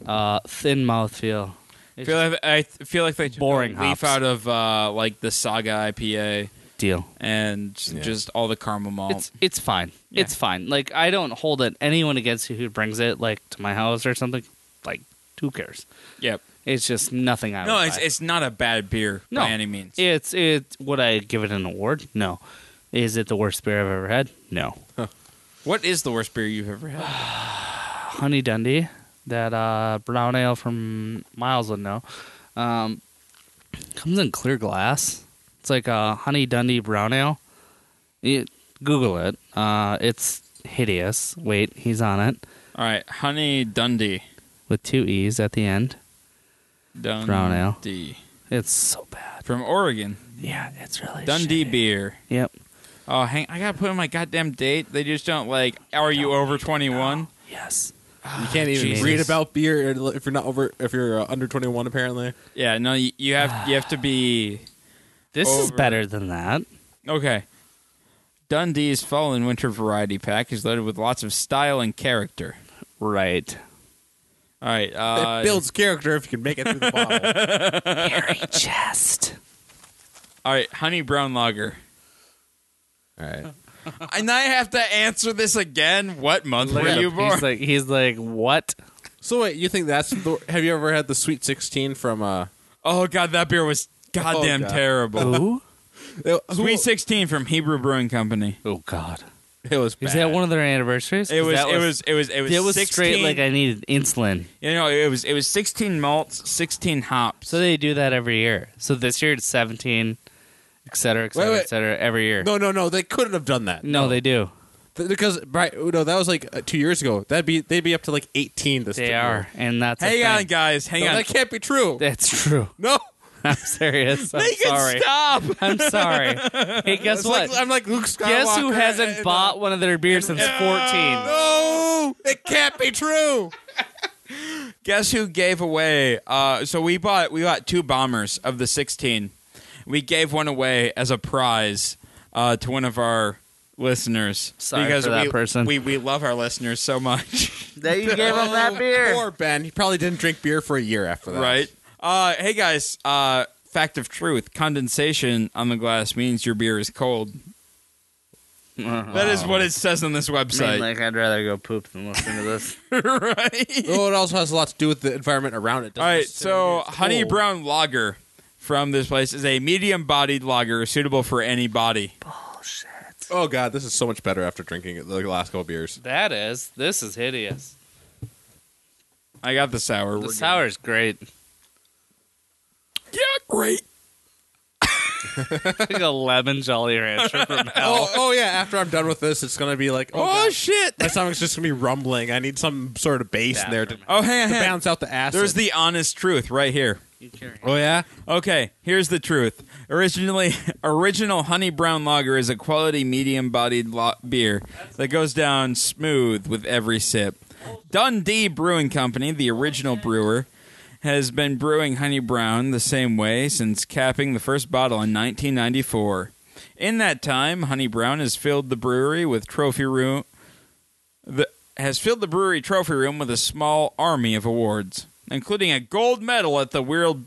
Speaker 3: uh, thin mouthfeel.
Speaker 1: I feel like I th- feel like they took
Speaker 3: Boring
Speaker 1: a leaf
Speaker 3: hops.
Speaker 1: out of uh, like the Saga IPA
Speaker 3: Deal.
Speaker 1: and
Speaker 2: Yeah.
Speaker 1: just all the caramel malt.
Speaker 3: It's it's fine.
Speaker 1: Yeah.
Speaker 3: It's fine. Like I don't hold it anyone against you who brings it like to my house or something. Like who cares?
Speaker 1: yep.
Speaker 3: It's just nothing I
Speaker 1: No,
Speaker 3: would
Speaker 1: it's
Speaker 3: buy.
Speaker 1: it's not a bad beer
Speaker 3: No.
Speaker 1: by any means.
Speaker 3: it's it. Would I give it an award? No. Is it the worst beer I've ever had? No.
Speaker 1: what is the worst beer you've ever had?
Speaker 3: Honey Dundee, that uh, brown ale from Miles would know. Um, comes in clear glass. It's like a Honey Dundee brown ale. It, Google it. Uh, it's hideous. Wait, he's on it
Speaker 1: all right, Honey Dundee.
Speaker 3: with two e's at the end.
Speaker 1: Dundee.
Speaker 3: Brown ale. It's so bad.
Speaker 1: From Oregon.
Speaker 3: Yeah, it's really
Speaker 1: Dundee
Speaker 3: shitty.
Speaker 1: beer.
Speaker 3: Yep.
Speaker 1: Oh, hang I gotta put in my goddamn date. They just don't like are you over twenty one?
Speaker 3: Yes.
Speaker 2: You can't even
Speaker 1: Jesus.
Speaker 2: read about beer if you're not over if you're uh, under 21 apparently.
Speaker 1: Yeah, no, you, you have you have to be
Speaker 3: This is
Speaker 1: Over.
Speaker 3: better than that.
Speaker 1: okay. Dundee's fall and winter variety pack is loaded with lots of style and character.
Speaker 3: Right.
Speaker 1: All right, uh,
Speaker 2: it builds character if you can make it through the bottle.
Speaker 3: Hairy chest.
Speaker 1: All right, honey brown lager.
Speaker 2: All right.
Speaker 1: And I have to answer this again. What month
Speaker 3: Look
Speaker 1: were
Speaker 3: at
Speaker 1: you
Speaker 3: him.
Speaker 1: born?
Speaker 3: He's like, he's like, what?
Speaker 2: So wait, you think that's the Have you ever had the sweet 16 from uh
Speaker 1: oh god, that beer was goddamn
Speaker 2: God.
Speaker 1: terrible.
Speaker 3: Who?
Speaker 2: it,
Speaker 1: Sweet sixteen from Hebrew Brewing Company.
Speaker 3: Oh God!
Speaker 2: it was bad.
Speaker 3: Is that one of their anniversaries?
Speaker 1: It
Speaker 3: 'Cause
Speaker 1: was,
Speaker 3: that
Speaker 1: it was it was it was
Speaker 3: It was
Speaker 1: 16,
Speaker 3: straight like I needed insulin.
Speaker 1: you know it was it was sixteen malts, sixteen hops.
Speaker 3: So they do that every year. So this year it's seventeen, et cetera,
Speaker 2: Wait,
Speaker 3: et cetera,
Speaker 2: wait.
Speaker 3: et cetera, every year.
Speaker 2: No, no, no. They couldn't have done that.
Speaker 3: No, they do.
Speaker 2: Th- because right, no, that was like uh, 2 years ago. That'd be they'd be up to like 18 this
Speaker 3: They
Speaker 2: year.
Speaker 3: are, and that's a
Speaker 1: hang
Speaker 3: thing.
Speaker 1: on, guys, hang
Speaker 2: No,
Speaker 1: on.
Speaker 2: that can't be true.
Speaker 3: That's true.
Speaker 2: no.
Speaker 3: I'm serious. I'm
Speaker 1: Make it
Speaker 3: sorry.
Speaker 1: stop.
Speaker 3: I'm sorry. Hey, guess
Speaker 2: It's
Speaker 3: what?
Speaker 2: like, I'm like Luke Skywalker.
Speaker 3: guess who hasn't
Speaker 2: and, uh,
Speaker 3: bought one of their beers since 14?
Speaker 2: No, it can't be true.
Speaker 1: Guess who gave away? Uh, so we bought we bought two bombers of the sixteen. We gave one away as a prize uh, to one of our listeners
Speaker 3: Sorry
Speaker 1: because
Speaker 3: for that
Speaker 1: we,
Speaker 3: person.
Speaker 1: We we love our listeners so much,
Speaker 3: That you gave him that
Speaker 2: Poor Ben. He probably didn't drink beer for a year after that.
Speaker 1: right? Uh, hey guys, uh, fact of truth: condensation on the glass means your beer is cold. That is what it says on this website,
Speaker 3: like I'd rather go poop than listen to this.
Speaker 1: right?
Speaker 2: Well, Oh, it also has a lot to do with the environment around it.
Speaker 1: All right, so honey brown lager from this place is a medium-bodied lager suitable for any body.
Speaker 2: Oh god, this is so much better after drinking it, the last couple beers.
Speaker 3: that is. This is hideous.
Speaker 1: I got the sour.
Speaker 3: The sour's great.
Speaker 1: Yeah, great.
Speaker 3: Like a lemon Jolly Rancher from hell.
Speaker 2: Oh, oh yeah. After I'm done with this, it's gonna be like, oh,
Speaker 1: Oh,
Speaker 2: God,
Speaker 1: shit.
Speaker 2: my stomach's just gonna be rumbling. I need some sort of bass in there to,
Speaker 1: Oh, hang on. Hang
Speaker 2: to
Speaker 1: on.
Speaker 2: balance out the acid.
Speaker 1: There's the honest truth right here.
Speaker 3: You carry it.
Speaker 2: oh yeah.
Speaker 1: Okay, here's the truth. Originally, original honey brown lager is a quality medium-bodied lo- beer that goes down smooth with every sip. Dundee Brewing Company, the original brewer, has been brewing honey brown the same way since capping the first bottle in 1994. In that time, honey brown has filled the brewery with trophy room the, has filled the brewery trophy room with a small army of awards, including a gold medal at the world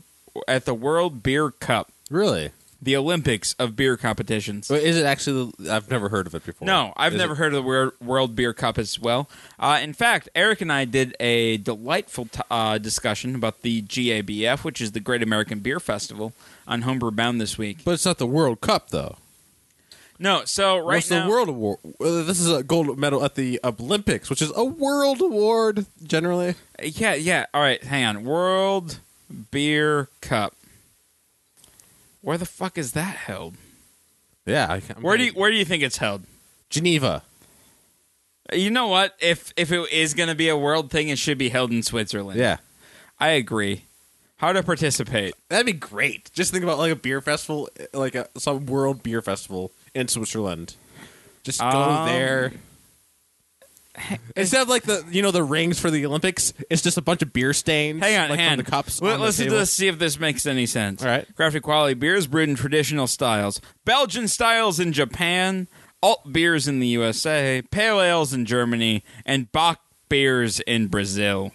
Speaker 1: at the World Beer Cup,
Speaker 2: Really?
Speaker 1: the Olympics of beer competitions.
Speaker 2: Wait, is it actually? the- I've never heard of it before.
Speaker 1: No, I've
Speaker 2: Is
Speaker 1: never
Speaker 2: it-
Speaker 1: heard of the World, World Beer Cup as well. Uh, in fact, Eric and I did a delightful t- uh, discussion about the GABF, which is the Great American Beer Festival, on Homebrew Bound this week.
Speaker 2: But it's not the World Cup though.
Speaker 1: No, so right
Speaker 2: What's
Speaker 1: now,
Speaker 2: the world award? Uh, This is a gold medal at the Olympics, which is a world award generally.
Speaker 1: Yeah, yeah. All right, hang on. World Beer Cup. Where the fuck is that held?
Speaker 2: Yeah. I can't,
Speaker 1: Where do you, where do you think it's held?
Speaker 2: Geneva?
Speaker 1: You know what? If if it is going to be a world thing, it should be held in Switzerland.
Speaker 2: Yeah.
Speaker 1: I agree. How to participate?
Speaker 2: That'd be great. Just think about like a beer festival, like a, some world beer festival in Switzerland. Just go
Speaker 1: Um,
Speaker 2: there. Instead of like the you know the rings for the Olympics, it's just a bunch of beer stains.
Speaker 1: Hang on,
Speaker 2: like
Speaker 1: hang on.
Speaker 2: from the cups.
Speaker 1: Let,
Speaker 2: on the
Speaker 1: listen
Speaker 2: table.
Speaker 1: to this. See if this makes any sense.
Speaker 2: All right.
Speaker 1: Crafted quality beers brewed in traditional styles, Belgian styles in Japan, alt beers in the USA, pale ales in Germany, and Bach beers in Brazil.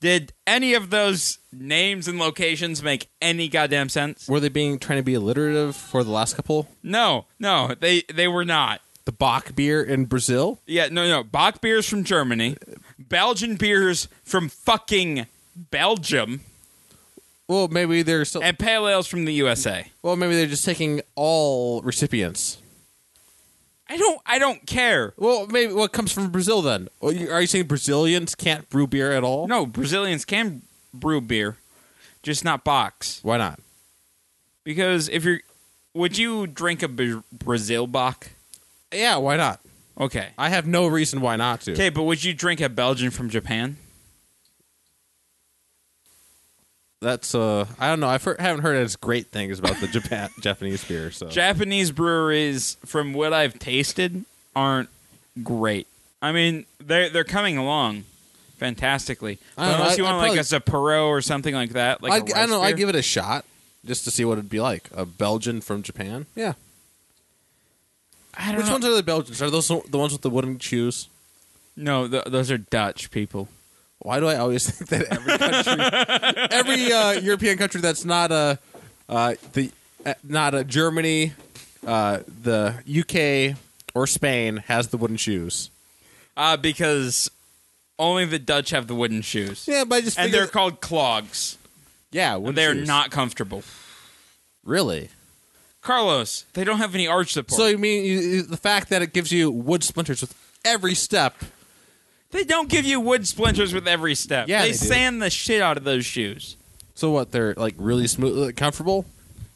Speaker 1: Did any of those names and locations make any goddamn sense?
Speaker 2: Were they being trying to be alliterative for the last couple?
Speaker 1: No, no, they they were not.
Speaker 2: The Bach beer in Brazil.
Speaker 1: Yeah, no, no. Bach beers from Germany, Belgian beers from fucking Belgium,
Speaker 2: Well, maybe they're still.
Speaker 1: and pale ales from the USA.
Speaker 2: Well, maybe they're just taking all recipients.
Speaker 1: I don't, I don't care.
Speaker 2: Well, maybe what comes from Brazil then? Well, you- Are you saying Brazilians can't brew beer at all?
Speaker 1: No, Brazilians can brew beer, just not Bach's.
Speaker 2: Why not?
Speaker 1: Because if you're, would you drink a Bra- Brazil Bach?
Speaker 2: Yeah, why not?
Speaker 1: Okay.
Speaker 2: I have no reason why not to.
Speaker 1: Okay, but would you drink a Belgian from Japan?
Speaker 2: That's uh, I don't know. I haven't heard as great things about the Japan Japanese beer. So
Speaker 1: Japanese breweries, from what I've tasted, aren't great. I mean, they're they're coming along, fantastically.
Speaker 2: I
Speaker 1: But
Speaker 2: don't know,
Speaker 1: unless
Speaker 2: I-
Speaker 1: you want
Speaker 2: I'd
Speaker 1: like
Speaker 2: probably-
Speaker 1: as a Perot or something like that, like
Speaker 2: I'd,
Speaker 1: a
Speaker 2: I don't know. I
Speaker 1: rice beer.
Speaker 2: give it a shot just to see what it'd be like. A Belgian from Japan. Yeah.
Speaker 1: I don't
Speaker 2: Which
Speaker 1: know.
Speaker 2: ones are the Belgians? Are those the ones with the wooden shoes?
Speaker 1: No, th- those are Dutch people.
Speaker 2: Why do I always think that every country, every uh, European country that's not a uh, the uh, not a Germany, uh, the UK or Spain has the wooden shoes?
Speaker 1: Uh, because only the Dutch have the wooden shoes.
Speaker 2: Yeah, but I just
Speaker 1: and
Speaker 2: figure-
Speaker 1: they're called clogs.
Speaker 2: yeah, wooden
Speaker 1: They're
Speaker 2: shoes.
Speaker 1: not comfortable.
Speaker 2: really.
Speaker 1: Carlos, they don't have any arch support.
Speaker 2: So you mean you- you, the fact that it gives you wood splinters with every step?
Speaker 1: they don't give you wood splinters with every step.
Speaker 2: Yeah,
Speaker 1: they,
Speaker 2: they do.
Speaker 1: sand the shit out of those shoes.
Speaker 2: So what? They're like really smooth, like, comfortable.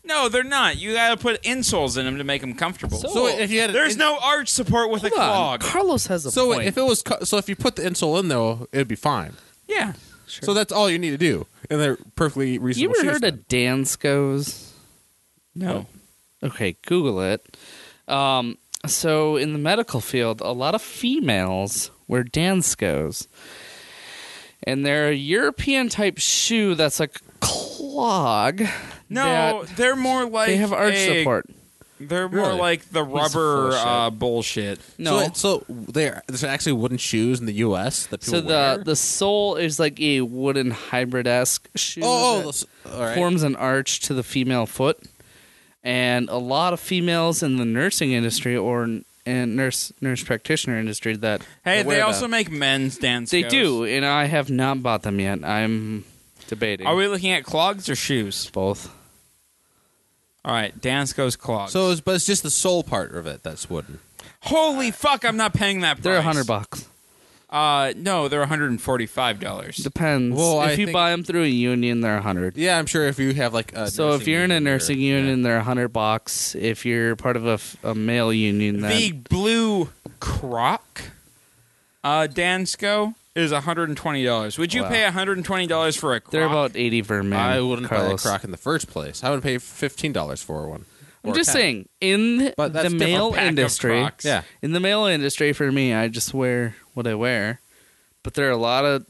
Speaker 1: No, they're not. You gotta put insoles in them to make them comfortable.
Speaker 3: So-
Speaker 2: So if you had
Speaker 1: Oh, There's
Speaker 2: an-
Speaker 1: no arch support with a
Speaker 3: Hold on.
Speaker 1: clog.
Speaker 3: Carlos has a
Speaker 2: So
Speaker 3: point.
Speaker 2: if it was co- so if you put the insole in though, it'd be fine.
Speaker 1: Yeah.
Speaker 2: So that's all you need to do, and they're perfectly
Speaker 3: you
Speaker 2: reasonable.
Speaker 3: ever
Speaker 2: shoes
Speaker 3: heard
Speaker 2: then.
Speaker 3: of Dansko's?
Speaker 1: No.
Speaker 3: Okay, Google it. Um, so in the medical field, a lot of females wear Danskos, and they're a European type shoe that's a clog.
Speaker 1: No,
Speaker 3: that-
Speaker 1: they're more like
Speaker 3: they have arch
Speaker 1: a-
Speaker 3: support.
Speaker 1: They're more
Speaker 2: Really?
Speaker 1: like the rubber
Speaker 3: full of
Speaker 1: uh, bullshit.
Speaker 3: No,
Speaker 2: So, so there, there's actually wooden shoes in the U.S. that people
Speaker 3: So
Speaker 2: wear.
Speaker 3: the the sole is like a wooden hybrid esque shoe
Speaker 2: oh, oh,
Speaker 3: that
Speaker 2: those- all right.
Speaker 3: forms an arch to the female foot, and a lot of females in the nursing industry or n- and nurse nurse practitioner industry that
Speaker 1: Hey,
Speaker 3: that wear
Speaker 1: they also
Speaker 3: them.
Speaker 1: make men's dance.
Speaker 3: they do, and I have not bought them yet. I'm debating.
Speaker 1: Are we looking at clogs or shoes?
Speaker 3: both?
Speaker 1: All right, Dansko's clogs.
Speaker 2: so, it's, but it's just the sole part of it that's wooden.
Speaker 1: holy fuck, I'm not paying that price.
Speaker 3: They're a hundred bucks.
Speaker 1: Uh, no, they're 145 dollars.
Speaker 3: Depends.
Speaker 2: Well,
Speaker 3: if
Speaker 2: I
Speaker 3: you
Speaker 2: think-
Speaker 3: buy them through a union, they're a hundred.
Speaker 2: Yeah, I'm sure if you have like a
Speaker 3: So if you're in a nursing union, they're a hundred bucks. If you're part of a, f- a male union, then
Speaker 1: The blue croc, uh, Dansko is 120 dollars. Would you
Speaker 3: Wow.
Speaker 1: pay 120 dollars for a croc?
Speaker 3: They're about 80 vermin.
Speaker 2: I wouldn't
Speaker 3: Carlos.
Speaker 2: buy a croc in the first place. I would pay fifteen dollars for one.
Speaker 3: I'm
Speaker 2: Or
Speaker 3: just
Speaker 2: 10.
Speaker 3: saying, in
Speaker 2: But
Speaker 3: the
Speaker 2: that's different.
Speaker 3: male
Speaker 1: A pack of
Speaker 3: industry,
Speaker 1: Crocs.
Speaker 2: Yeah,
Speaker 3: in the male industry, for me, I just wear what I wear. But there are a lot of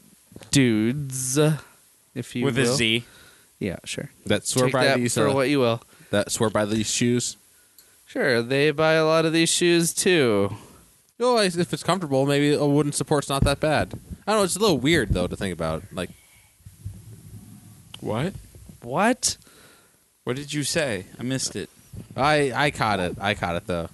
Speaker 3: dudes, if you
Speaker 1: with
Speaker 3: will.
Speaker 1: a Z.
Speaker 3: Yeah, sure.
Speaker 2: that swear
Speaker 3: Take
Speaker 2: by
Speaker 3: that
Speaker 2: these.
Speaker 3: for
Speaker 2: uh,
Speaker 3: what you will.
Speaker 2: that swear by these shoes.
Speaker 3: Sure, they buy a lot of these shoes too.
Speaker 2: Oh, I- if it's comfortable, maybe a wooden support's not that bad. I don't know. It's a little weird though to think about. Like,
Speaker 1: What?
Speaker 3: What?
Speaker 1: What did you say? I missed it.
Speaker 2: I I caught it. I caught it though.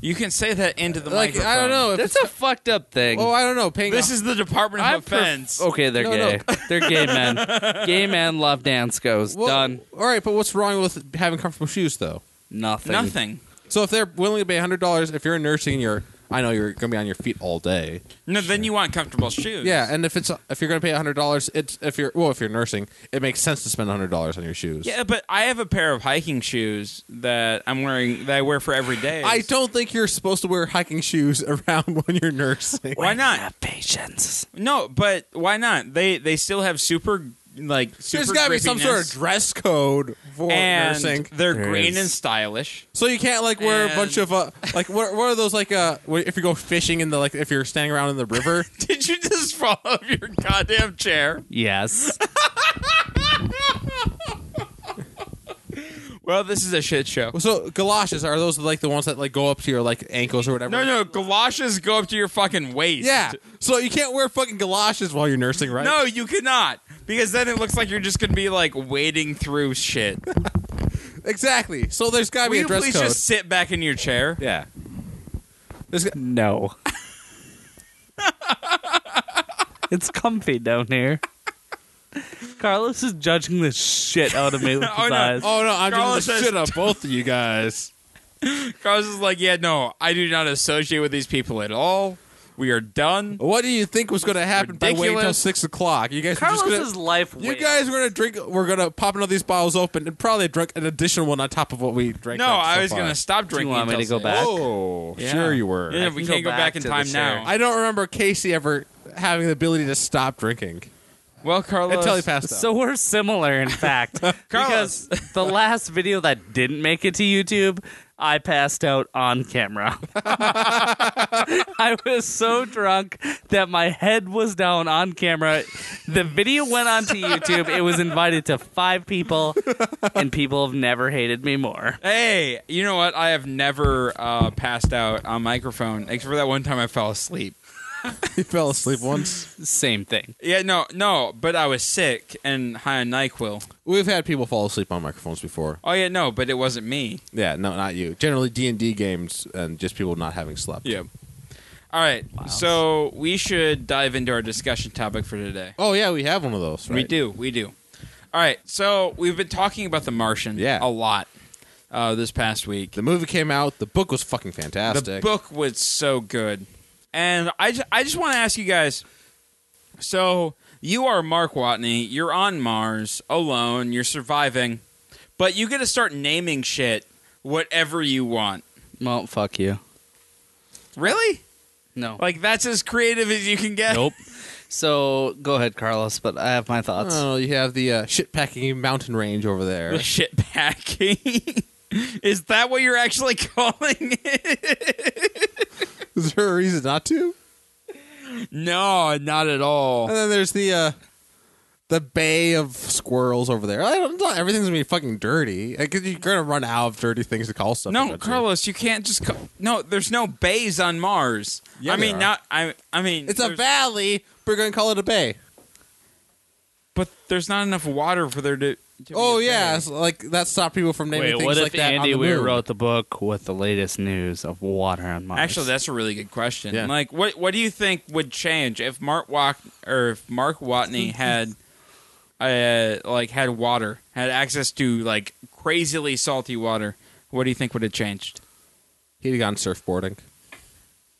Speaker 1: You can say that into the
Speaker 2: Like
Speaker 1: microphone.
Speaker 2: I don't know. Oh, If
Speaker 3: That's a fucked up thing.
Speaker 2: Oh, I don't know. Paying
Speaker 1: This is the Department of
Speaker 3: I'm perf-
Speaker 1: Defense.
Speaker 3: okay, they're
Speaker 2: No,
Speaker 3: gay. They're gay men. gay men love Danskos.
Speaker 2: Well,
Speaker 3: Done.
Speaker 2: All right, but what's wrong with having comfortable shoes though?
Speaker 3: Nothing.
Speaker 1: Nothing.
Speaker 2: So if they're willing to pay hundred dollars, if you're in nursing, and you're I know you're going to be on your feet all day.
Speaker 1: No, then you want comfortable shoes.
Speaker 2: Yeah, and if it's if you're going to pay hundred dollars, it's if you're well if you're nursing, it makes sense to spend hundred dollars on your shoes.
Speaker 1: Yeah, but I have a pair of hiking shoes that I'm wearing that I wear for every day.
Speaker 2: I don't think you're supposed to wear hiking shoes around when you're nursing.
Speaker 1: Why not?
Speaker 3: Have patience.
Speaker 1: No, but why not? They they still have super like super.
Speaker 2: There's got to be some sort of
Speaker 1: grippiness,
Speaker 2: dress code for
Speaker 1: and
Speaker 2: nursing,
Speaker 1: They're
Speaker 3: There
Speaker 1: green
Speaker 3: is.
Speaker 1: and stylish.
Speaker 2: so you can't like wear a
Speaker 1: and-
Speaker 2: bunch of uh, like what, what are those like uh wh- if you go fishing in the like if you're standing around in the river.
Speaker 1: Did you just fall off your goddamn chair?
Speaker 3: Yes.
Speaker 1: Well, this is a shit show.
Speaker 2: So galoshes are those like the ones that like go up to your like ankles or whatever?
Speaker 1: No, no, galoshes go up to your fucking waist.
Speaker 2: Yeah. So you can't wear fucking galoshes while you're nursing, right?
Speaker 1: No, you cannot. Because then it looks like you're just going to be like wading through shit.
Speaker 2: Exactly. So there's got to
Speaker 1: Will
Speaker 2: be a
Speaker 1: you
Speaker 2: dress
Speaker 1: please
Speaker 2: code.
Speaker 1: just sit back in your chair?
Speaker 2: Yeah.
Speaker 3: No. it's comfy down here. Carlos is judging the shit out of me with his
Speaker 1: Oh, no.
Speaker 3: eyes.
Speaker 2: Oh no, I'm
Speaker 1: Carlos
Speaker 2: just gonna
Speaker 1: says-
Speaker 2: shit on both of you guys.
Speaker 1: Carlos is like, yeah, no, I do not associate with these people at all. We are
Speaker 3: Oh,
Speaker 1: done.
Speaker 2: What do you think was gonna happen by waiting until
Speaker 1: Ridiculous.
Speaker 2: six o'clock? You guys were just
Speaker 3: Carlos's
Speaker 2: gonna.
Speaker 3: life.
Speaker 2: You
Speaker 3: wins.
Speaker 2: guys were gonna drink. We're gonna pop another these bottles open and probably drink an additional one on top of what we drank.
Speaker 1: No,
Speaker 2: up so
Speaker 1: I was
Speaker 2: far.
Speaker 1: going to stop
Speaker 3: you
Speaker 1: drinking.
Speaker 3: want me
Speaker 1: until
Speaker 3: to go
Speaker 1: six.
Speaker 3: back?
Speaker 2: Oh,
Speaker 1: Yeah.
Speaker 2: sure you were.
Speaker 1: Yeah,
Speaker 3: I
Speaker 1: we
Speaker 3: can
Speaker 1: can't
Speaker 3: go
Speaker 1: go back,
Speaker 3: back
Speaker 1: in
Speaker 3: to the
Speaker 1: time
Speaker 3: chair.
Speaker 1: now.
Speaker 2: I don't remember Casey ever having the ability to stop drinking
Speaker 1: well, Carlos,
Speaker 2: until he passed out.
Speaker 3: So we're similar, in fact, because
Speaker 1: Carlos.
Speaker 3: the last video that didn't make it to YouTube, I passed out on camera. I was so drunk that my head was down on camera. The video went onto YouTube. It was invited to five people, and people have never hated me more.
Speaker 1: Hey, you know what? I have never uh, passed out on microphone except for that one time I fell asleep.
Speaker 2: You fell asleep once.
Speaker 3: Same thing.
Speaker 1: Yeah, no, no, but I was sick and high on Nyquil.
Speaker 2: We've had people fall asleep on microphones before.
Speaker 1: Oh yeah, no, but it wasn't me.
Speaker 2: Yeah, no, not you. Generally, D and D games and just people not having slept.
Speaker 1: All right, so we should dive into our discussion topic for today.
Speaker 2: Oh yeah, we have one of those.
Speaker 1: We
Speaker 2: right?
Speaker 1: do, we do. All right, so we've been talking about The Martian
Speaker 2: Yeah.
Speaker 1: a lot uh, this past week.
Speaker 2: The movie came out. The book was fucking fantastic.
Speaker 1: The book was so good. And I just, I just want to ask you guys so you are Mark Watney, you're on Mars alone, you're surviving, but you get to start naming shit whatever you want.
Speaker 3: Well, fuck you.
Speaker 1: Really?
Speaker 3: No.
Speaker 1: Like that's as creative as you can get.
Speaker 3: Nope. So go ahead, Carlos. But I have my thoughts.
Speaker 2: Oh, you have the uh, shit packing mountain range over there.
Speaker 1: The shit packing. Is that what you're actually calling it?
Speaker 2: Is there a reason not to?
Speaker 1: no, not at all.
Speaker 2: And then there's the uh, the bay of squirrels over there. I don't know. Everything's gonna be fucking dirty. Like, you're gonna run out of dirty things to call stuff.
Speaker 1: No,
Speaker 2: eventually.
Speaker 1: Carlos, you can't just call. No, there's no bays on Mars.
Speaker 2: Yeah,
Speaker 1: I
Speaker 2: there
Speaker 1: mean,
Speaker 2: are.
Speaker 1: not. I. I mean,
Speaker 2: It's a
Speaker 1: there's-
Speaker 2: valley. But we're gonna call it a bay.
Speaker 1: but there's not enough water for there to. to
Speaker 2: Oh
Speaker 1: be a
Speaker 2: yeah,
Speaker 1: bay.
Speaker 2: so, like that stopped people from naming
Speaker 3: Wait,
Speaker 2: things
Speaker 3: what if
Speaker 2: like that
Speaker 3: Andy
Speaker 2: on the
Speaker 3: Weir
Speaker 2: moon.
Speaker 3: wrote the book with the latest news of water on Mars?
Speaker 1: Actually, that's a really good question.
Speaker 2: Yeah.
Speaker 1: Like, what what do you think would change if Mark Wat or if Mark Watney had, uh, like had water, had access to like crazily salty water? What do you think would have changed?
Speaker 2: He'd have gone surfboarding.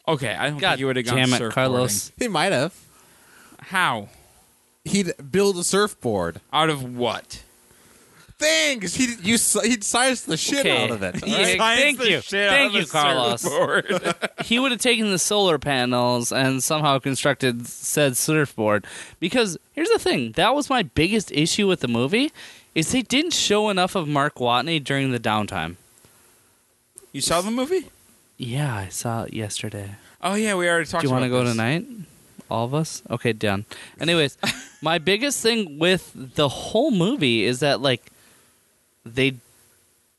Speaker 1: Okay, I don't
Speaker 3: God
Speaker 1: think you would have gone
Speaker 3: damn it,
Speaker 1: surfboarding.
Speaker 3: Carlos.
Speaker 2: He might have.
Speaker 1: How?
Speaker 2: He'd build a surfboard.
Speaker 1: Out of what?
Speaker 2: Things he you s- he'd size the shit
Speaker 3: Okay.
Speaker 2: out of it.
Speaker 3: Yeah,
Speaker 1: Science
Speaker 3: thank
Speaker 1: the
Speaker 3: you.
Speaker 1: shit
Speaker 3: Thank
Speaker 1: out of a
Speaker 3: you, Carlos.
Speaker 1: surfboard.
Speaker 3: he would have taken the solar panels and somehow constructed said surfboard. Because here's the thing, that was my biggest issue with the movie, is they didn't show enough of Mark Watney during the downtime.
Speaker 1: you saw the movie?
Speaker 3: Yeah, I saw it yesterday.
Speaker 1: Oh yeah, we already talked.
Speaker 3: Do you
Speaker 1: want to
Speaker 3: go tonight? All of us? Okay, done. Anyways, my biggest thing with the whole movie is that like they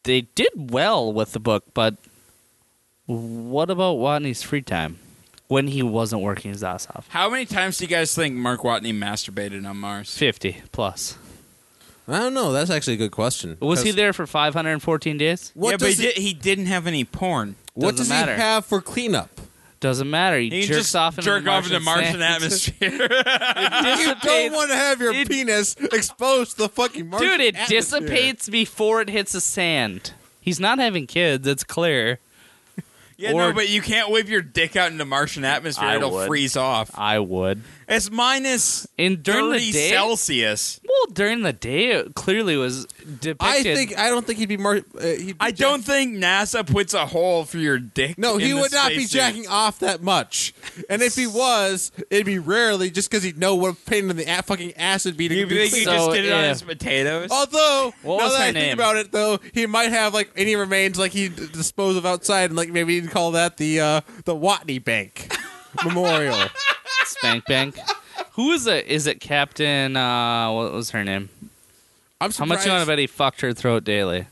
Speaker 3: they did well with the book, but what about Watney's free time when he wasn't working his ass off?
Speaker 1: How many times do you guys think Mark Watney masturbated on Mars?
Speaker 3: 50 plus.
Speaker 2: I don't know. That's actually a good question.
Speaker 3: Was he
Speaker 2: 'Cause
Speaker 3: there for 514 days?
Speaker 2: What
Speaker 1: yeah, but
Speaker 2: does
Speaker 1: he, did, he didn't have any porn.
Speaker 2: what
Speaker 3: Doesn't
Speaker 2: does
Speaker 3: matter.
Speaker 2: he have for cleanup?
Speaker 3: Doesn't matter. He,
Speaker 1: He
Speaker 3: jerks
Speaker 1: just
Speaker 3: off in
Speaker 1: jerk
Speaker 3: the
Speaker 1: off in the Martian
Speaker 3: sand.
Speaker 1: atmosphere.
Speaker 2: You don't
Speaker 3: dissipates-
Speaker 2: want to have your
Speaker 3: it-
Speaker 2: penis exposed to the fucking Martian
Speaker 3: Dude, it
Speaker 2: atmosphere.
Speaker 3: dissipates before it hits the sand. He's not having kids, it's clear.
Speaker 1: yeah,
Speaker 3: Or-
Speaker 1: no, but you can't whip your dick out in the Martian atmosphere;
Speaker 3: I
Speaker 1: it'll
Speaker 3: would.
Speaker 1: freeze off.
Speaker 3: I would.
Speaker 1: It's minus
Speaker 3: And during
Speaker 1: thirty
Speaker 3: the day,
Speaker 1: Celsius.
Speaker 3: well, during the day, it clearly was depicted.
Speaker 2: I think I don't think he'd be Mar- uh, he'd be
Speaker 1: I
Speaker 2: jack-
Speaker 1: don't think NASA puts a hole for your dick.
Speaker 2: No, he
Speaker 1: in the
Speaker 2: would not be
Speaker 1: spacesuit.
Speaker 2: jacking off that much. And if he was, it'd be rarely just because he'd know what a pain in the a- fucking ass would be to
Speaker 1: You
Speaker 2: do
Speaker 1: think he
Speaker 3: So,
Speaker 1: just did it on
Speaker 3: yeah.
Speaker 1: his potatoes?
Speaker 2: Oh, Although,
Speaker 3: What
Speaker 2: now
Speaker 3: was
Speaker 2: that
Speaker 3: her
Speaker 2: I think
Speaker 3: name?
Speaker 2: about it, though, he might have like any remains like he would dispose of outside, and like maybe he'd call that the uh, the Watney Bank Memorial.
Speaker 3: Spank Bank. Who is it? Is it Captain? Uh, what was her name?
Speaker 2: I'm
Speaker 3: How much you want to
Speaker 2: surprised-
Speaker 3: bet he fucked her throat daily?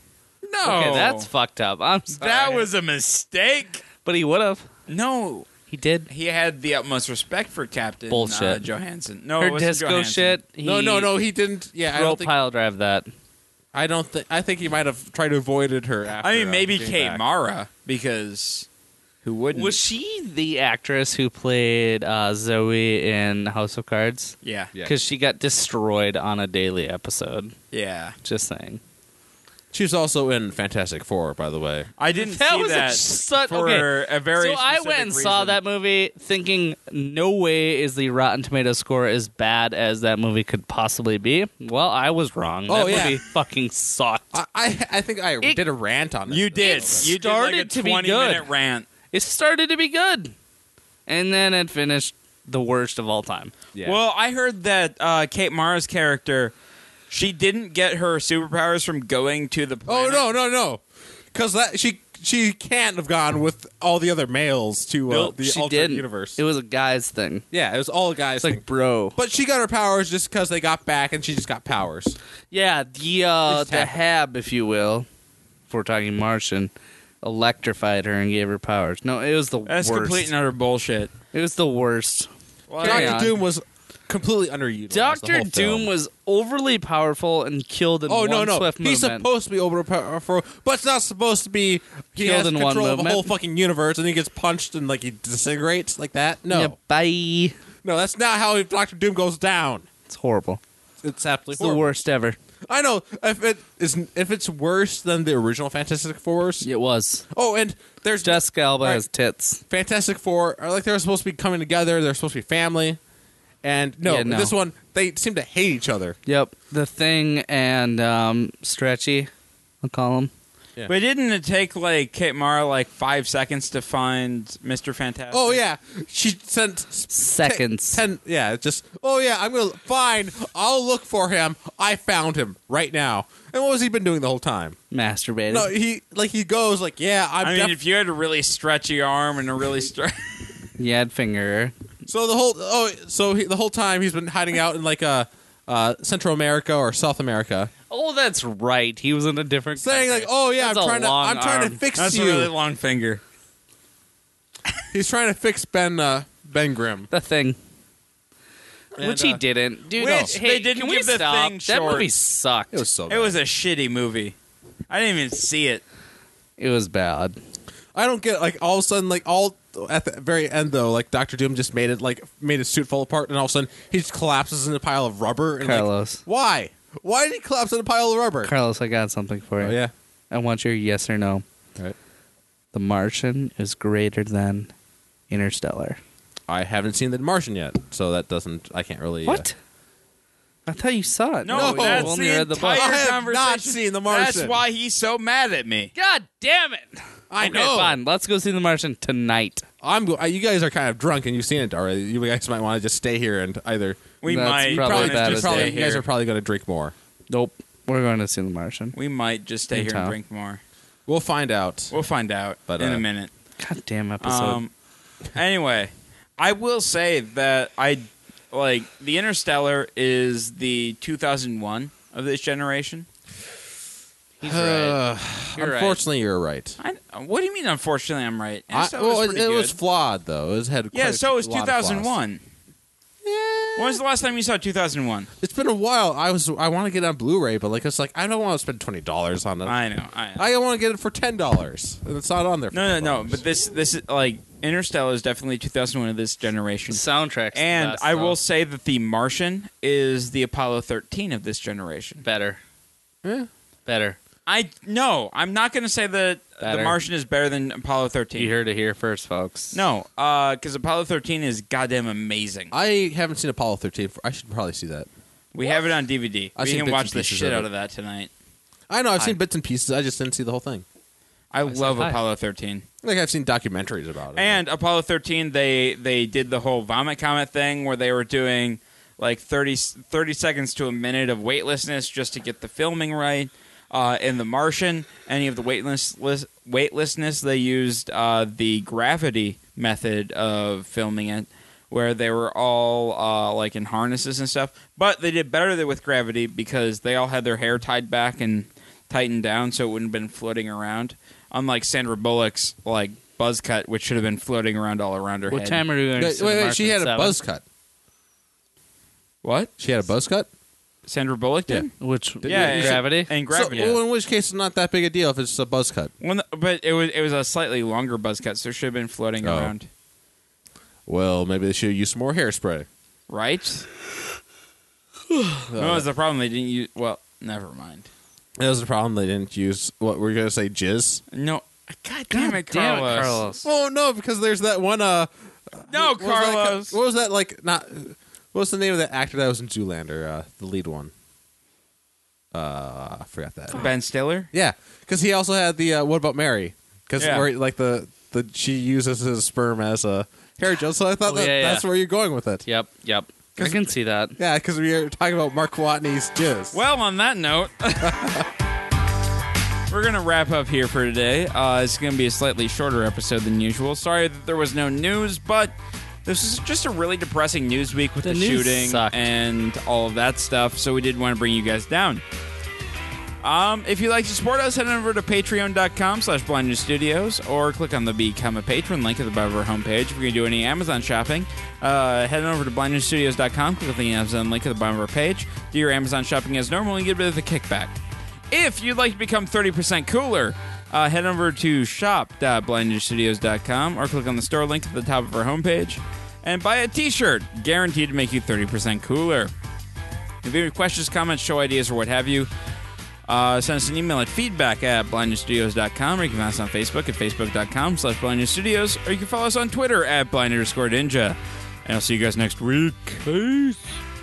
Speaker 1: no,
Speaker 3: Okay, that's fucked up. I'm sorry.
Speaker 1: that was a mistake.
Speaker 3: but he would have.
Speaker 1: No,
Speaker 3: He did.
Speaker 1: he had the utmost respect for Captain
Speaker 3: Bullshit.
Speaker 1: Uh, Johansson. No, it
Speaker 3: Her
Speaker 1: wasn't
Speaker 3: disco
Speaker 1: Johansson.
Speaker 3: shit. He
Speaker 2: No, no, no, he didn't. Yeah, I
Speaker 3: Throat
Speaker 2: don't think.
Speaker 3: pile drive that.
Speaker 2: I don't think. I think he might have tried to avoided her. After,
Speaker 1: I mean, maybe
Speaker 2: uh, getting
Speaker 1: Kate
Speaker 2: back.
Speaker 1: Mara because who wouldn't?
Speaker 3: Was she the actress who played uh, Zoe in House of Cards?
Speaker 1: yeah,
Speaker 2: Yeah.
Speaker 3: Because she got destroyed on a daily episode.
Speaker 1: yeah.
Speaker 3: Just saying.
Speaker 2: She was also in Fantastic Four, by the way.
Speaker 1: I didn't
Speaker 3: That
Speaker 1: see
Speaker 3: was a
Speaker 1: that
Speaker 3: su-
Speaker 1: for
Speaker 3: okay.
Speaker 1: a very.
Speaker 3: so I went
Speaker 1: specific
Speaker 3: and saw
Speaker 1: reason.
Speaker 3: that movie thinking no way is the Rotten Tomato score as bad as that movie could possibly be. Well, I was wrong.
Speaker 2: Oh,
Speaker 3: that
Speaker 2: yeah.
Speaker 3: movie fucking sucked.
Speaker 2: I, I, I think I
Speaker 3: It-
Speaker 2: did a rant on it.
Speaker 1: You did.
Speaker 3: It
Speaker 1: you did like
Speaker 3: started
Speaker 1: a
Speaker 3: to be
Speaker 1: twenty-minute
Speaker 3: good.
Speaker 1: rant.
Speaker 3: It started to be good. And then it finished the worst of all time.
Speaker 2: Yeah.
Speaker 1: Well, I heard that uh, Kate Mara's character, she didn't get her superpowers from going to the.
Speaker 2: Oh
Speaker 1: Planet.
Speaker 2: no no no! Because that she she can't have gone with all the other males to uh,
Speaker 3: Nope,
Speaker 2: the
Speaker 3: she
Speaker 2: alternate
Speaker 3: didn't.
Speaker 2: universe.
Speaker 3: It was a guy's thing.
Speaker 2: yeah, it was all guys.
Speaker 3: It's like, bro.
Speaker 2: but she got her powers just because they got back, and she just got powers.
Speaker 3: Yeah, the uh,
Speaker 2: It's
Speaker 3: the hab, if you will, if we're talking Martian, electrified her and gave her powers. No, it was the
Speaker 1: That's
Speaker 3: worst.
Speaker 1: complete and utter bullshit.
Speaker 3: it was the worst. Carry
Speaker 2: Doctor
Speaker 3: on.
Speaker 2: Doom was completely underutilized. the
Speaker 3: Doctor
Speaker 2: whole
Speaker 3: Doom
Speaker 2: film.
Speaker 3: was overly powerful and killed in
Speaker 2: Oh
Speaker 3: one
Speaker 2: no no!
Speaker 3: swift
Speaker 2: He's
Speaker 3: movement.
Speaker 2: supposed to be overpowered, but it's not supposed to be. He
Speaker 3: Killed
Speaker 2: has
Speaker 3: in one
Speaker 2: control of a
Speaker 3: movement.
Speaker 2: whole fucking universe, and he gets punched and like he disintegrates like that. No,
Speaker 3: Yeah, bye.
Speaker 2: no, that's not how Doctor Doom goes down.
Speaker 3: It's horrible.
Speaker 2: It's absolutely
Speaker 3: It's the worst ever.
Speaker 2: I know if it is if it's worse than the original Fantastic Fours.
Speaker 3: It was.
Speaker 2: Oh, and there's
Speaker 3: Jessica Alba
Speaker 2: All right.
Speaker 3: has tits.
Speaker 2: Fantastic Four are like they're supposed to be coming together. They're supposed to be family, and no,
Speaker 3: Yeah, no.
Speaker 2: this one they seem to hate each other.
Speaker 3: Yep. The thing and um, Stretchy, I'll call him.
Speaker 2: Yeah.
Speaker 1: But didn't it take like Kate Mara like five seconds to find Mister Fantastic?
Speaker 2: Oh yeah, she sent s-
Speaker 3: Seconds.
Speaker 2: Ten, ten- yeah, it's just oh yeah, I'm gonna fine. I'll look for him. I found him right now. And what was he been doing the whole time?
Speaker 3: Masturbated.
Speaker 2: No, he like he goes like yeah, I'm.
Speaker 1: I mean,
Speaker 2: def-
Speaker 1: if you had a really stretchy arm and a really stretch,
Speaker 3: Yad finger.
Speaker 2: So the whole oh, so he, the whole time he's been hiding out in like uh, uh, Central America or South America,
Speaker 3: Oh, that's right. He was in a different
Speaker 2: saying like,
Speaker 3: country.
Speaker 2: "Oh yeah,
Speaker 3: That's
Speaker 2: I'm
Speaker 3: a
Speaker 2: trying to
Speaker 3: long
Speaker 2: I'm trying to
Speaker 3: arm.
Speaker 2: fix
Speaker 1: that's a
Speaker 2: you."
Speaker 1: really long finger.
Speaker 2: he's trying to fix Ben uh, Ben Grimm.
Speaker 3: the thing.
Speaker 2: And,
Speaker 3: which he
Speaker 2: uh,
Speaker 3: didn't. Dude,
Speaker 1: Which
Speaker 3: hey,
Speaker 1: they didn't
Speaker 3: can we
Speaker 1: give the
Speaker 3: stop?
Speaker 1: thing
Speaker 3: That
Speaker 1: short.
Speaker 3: movie sucked.
Speaker 2: It was so.
Speaker 1: It
Speaker 2: Bad.
Speaker 1: was a shitty movie. I didn't even see it.
Speaker 3: It was bad.
Speaker 2: I don't get like all of a sudden like all at the very end though like Doctor Doom just made it like made his suit fall apart and all of a sudden he just collapses in a pile of rubber and like,
Speaker 3: Carlos.
Speaker 2: why why did he collapse in a pile of rubber?
Speaker 3: Carlos, I got something for you.
Speaker 2: oh yeah.
Speaker 3: I want your yes or no.
Speaker 2: Right.
Speaker 3: The Martian is greater than Interstellar.
Speaker 2: I haven't seen The Martian yet, so that doesn't. I can't really. uh,
Speaker 3: What? I thought you saw it.
Speaker 1: No,
Speaker 2: No.
Speaker 3: you
Speaker 1: that's
Speaker 3: only
Speaker 1: the
Speaker 3: read the
Speaker 1: entire
Speaker 3: book.
Speaker 2: I have
Speaker 1: conversation.
Speaker 2: not seen The
Speaker 1: That's
Speaker 2: Martian.
Speaker 1: why he's so mad at me.
Speaker 3: God damn it!
Speaker 2: I
Speaker 3: okay,
Speaker 2: know.
Speaker 3: Fine, let's go see The Martian tonight.
Speaker 2: I'm. go- uh, You guys are kind of drunk, and you've seen it already. You guys might want to just stay here and either.
Speaker 1: We
Speaker 3: That's
Speaker 1: might
Speaker 3: probably
Speaker 1: wanna
Speaker 3: a
Speaker 1: just
Speaker 3: bad idea.
Speaker 1: stay
Speaker 2: probably, you guys
Speaker 1: here.
Speaker 2: are probably going to drink more.
Speaker 3: Nope, we're going to see The Martian.
Speaker 1: we might just stay
Speaker 3: In
Speaker 1: here and
Speaker 3: town.
Speaker 1: drink more.
Speaker 2: We'll find out.
Speaker 1: We'll find out
Speaker 2: But,
Speaker 1: in
Speaker 2: uh,
Speaker 1: a minute.
Speaker 3: God damn episode.
Speaker 1: Um, anyway, I will say that I like the Interstellar is the 2001 of this generation.
Speaker 3: He's right. You're right.
Speaker 2: Uh, unfortunately, you're right.
Speaker 1: I, what do you mean? Unfortunately, I'm right.
Speaker 2: I,
Speaker 1: Interstellar
Speaker 2: well,
Speaker 1: was
Speaker 2: it,
Speaker 1: pretty
Speaker 2: it
Speaker 1: good.
Speaker 2: was flawed though. It had
Speaker 1: yeah.
Speaker 2: quite
Speaker 1: So
Speaker 2: a
Speaker 1: was
Speaker 2: lot of flaws.
Speaker 1: 2001. When was the last time you saw 2001?
Speaker 2: It's been a while. I was I want to get it on Blu-ray, but like it's like I don't want to spend twenty dollars on it. I,
Speaker 1: I know. I know.
Speaker 2: want to get it for ten dollars, and it's not on there. For
Speaker 1: no, no, no.
Speaker 2: $10.
Speaker 1: But this, this is like Interstellar is definitely 2001 of this generation.
Speaker 3: Soundtrack's the
Speaker 1: And
Speaker 3: best,
Speaker 1: I
Speaker 3: though.
Speaker 1: will say that the Martian is the Apollo 13 of this generation.
Speaker 3: better,
Speaker 2: Yeah.
Speaker 3: better.
Speaker 1: I no, I'm not going to say that
Speaker 3: Better.
Speaker 1: the Martian is better than Apollo 13.
Speaker 3: You heard it here first, folks.
Speaker 1: No, because Apollo 13 is goddamn amazing.
Speaker 2: I haven't seen Apollo thirteen. For, I should probably see that.
Speaker 1: we have it on DVD.
Speaker 2: I've
Speaker 1: we
Speaker 2: seen
Speaker 1: can
Speaker 2: bits
Speaker 1: watch
Speaker 2: and
Speaker 1: the
Speaker 2: pieces
Speaker 1: shit
Speaker 2: of
Speaker 1: out
Speaker 2: it.
Speaker 1: of that tonight.
Speaker 2: I know I've
Speaker 3: Hi.
Speaker 2: seen bits and pieces. I just didn't see the whole thing.
Speaker 1: I,
Speaker 3: said
Speaker 1: love
Speaker 3: hi.
Speaker 1: Apollo 13.
Speaker 2: Like I've seen documentaries about it.
Speaker 1: And Apollo 13, they they did the whole vomit comet thing where they were doing like 30, 30 seconds to a minute of weightlessness just to get the filming right. Uh, in The Martian, any of the weightless, less- weightlessness, they used uh, the gravity method of filming it, where they were all uh, like in harnesses and stuff. But they did better with gravity because they all had their hair tied back and tightened down so it wouldn't have been floating around. Unlike Sandra Bullock's like buzz cut, which should have been floating around all around her
Speaker 3: What
Speaker 1: head.
Speaker 3: time are you going to
Speaker 2: wait,
Speaker 3: see
Speaker 2: wait,
Speaker 3: The
Speaker 2: wait, she
Speaker 3: Martian?
Speaker 2: had a
Speaker 3: Seven?
Speaker 2: buzz cut.
Speaker 1: What
Speaker 2: She had a buzz cut.
Speaker 1: Sandra Bullock did?
Speaker 3: Which
Speaker 1: Yeah, and-
Speaker 3: gravity?
Speaker 1: and gravity.
Speaker 2: So, well, in which case, it's not that big a deal if it's a buzz cut.
Speaker 1: When the- but it was it was a slightly longer buzz cut, so it should have been floating
Speaker 2: Oh.
Speaker 1: around,
Speaker 2: Well, maybe they should use some more hairspray.
Speaker 1: right? no, that was the problem. They didn't use. Well, never mind.
Speaker 2: That was the problem. They didn't use what were you going to say, jizz?
Speaker 1: No, god damn it, Carlos.
Speaker 2: Oh no, because there's that one. Uh,
Speaker 1: No,
Speaker 2: what was that-
Speaker 1: Carlos.
Speaker 2: what was that like? Not what was the name of that actor that was in Zoolander? Uh, the lead one. Uh, I forgot that.
Speaker 1: Ben Stiller.
Speaker 2: Yeah, because he also had the uh, "What About Mary?" Because
Speaker 1: Yeah.
Speaker 2: where like the the she uses his sperm as a hair gel. So I thought
Speaker 3: Oh,
Speaker 2: that,
Speaker 3: yeah, yeah.
Speaker 2: that's where you're going with it.
Speaker 3: Yep, yep. I can see that.
Speaker 2: Yeah, because we were talking about Mark Watney's jizz.
Speaker 1: Well, on that note, we're gonna wrap up here for today. Uh, it's gonna be a slightly shorter episode than usual. Sorry that there was no news, but this is just a really depressing news week with the,
Speaker 3: The news
Speaker 1: shooting
Speaker 3: sucked.
Speaker 1: and all of that stuff. So we did want to bring you guys down. Um, if you'd like to support us, head on over to patreon.com slash blind News studios or click on the Become a Patron link at the bottom of our homepage. If you're going to do any Amazon shopping, uh, head on over to blindnewsstudios.com, click on the Amazon link at the bottom of our page, do your Amazon shopping as normal, and get a bit of the kickback. If you'd like to become 30% cooler, uh, head over to shop.blindnewsstudios.com or click on the store link at the top of our homepage and buy a t-shirt guaranteed to make you 30% cooler. If you have any questions, comments, show ideas, or what have you, uh, send us an email at feedback at blindnewstudios.com, or you can find us on Facebook at facebook.com slash blindnewstudios, or you can follow us on Twitter at blind underscore ninja. And I'll see you guys next week. Peace.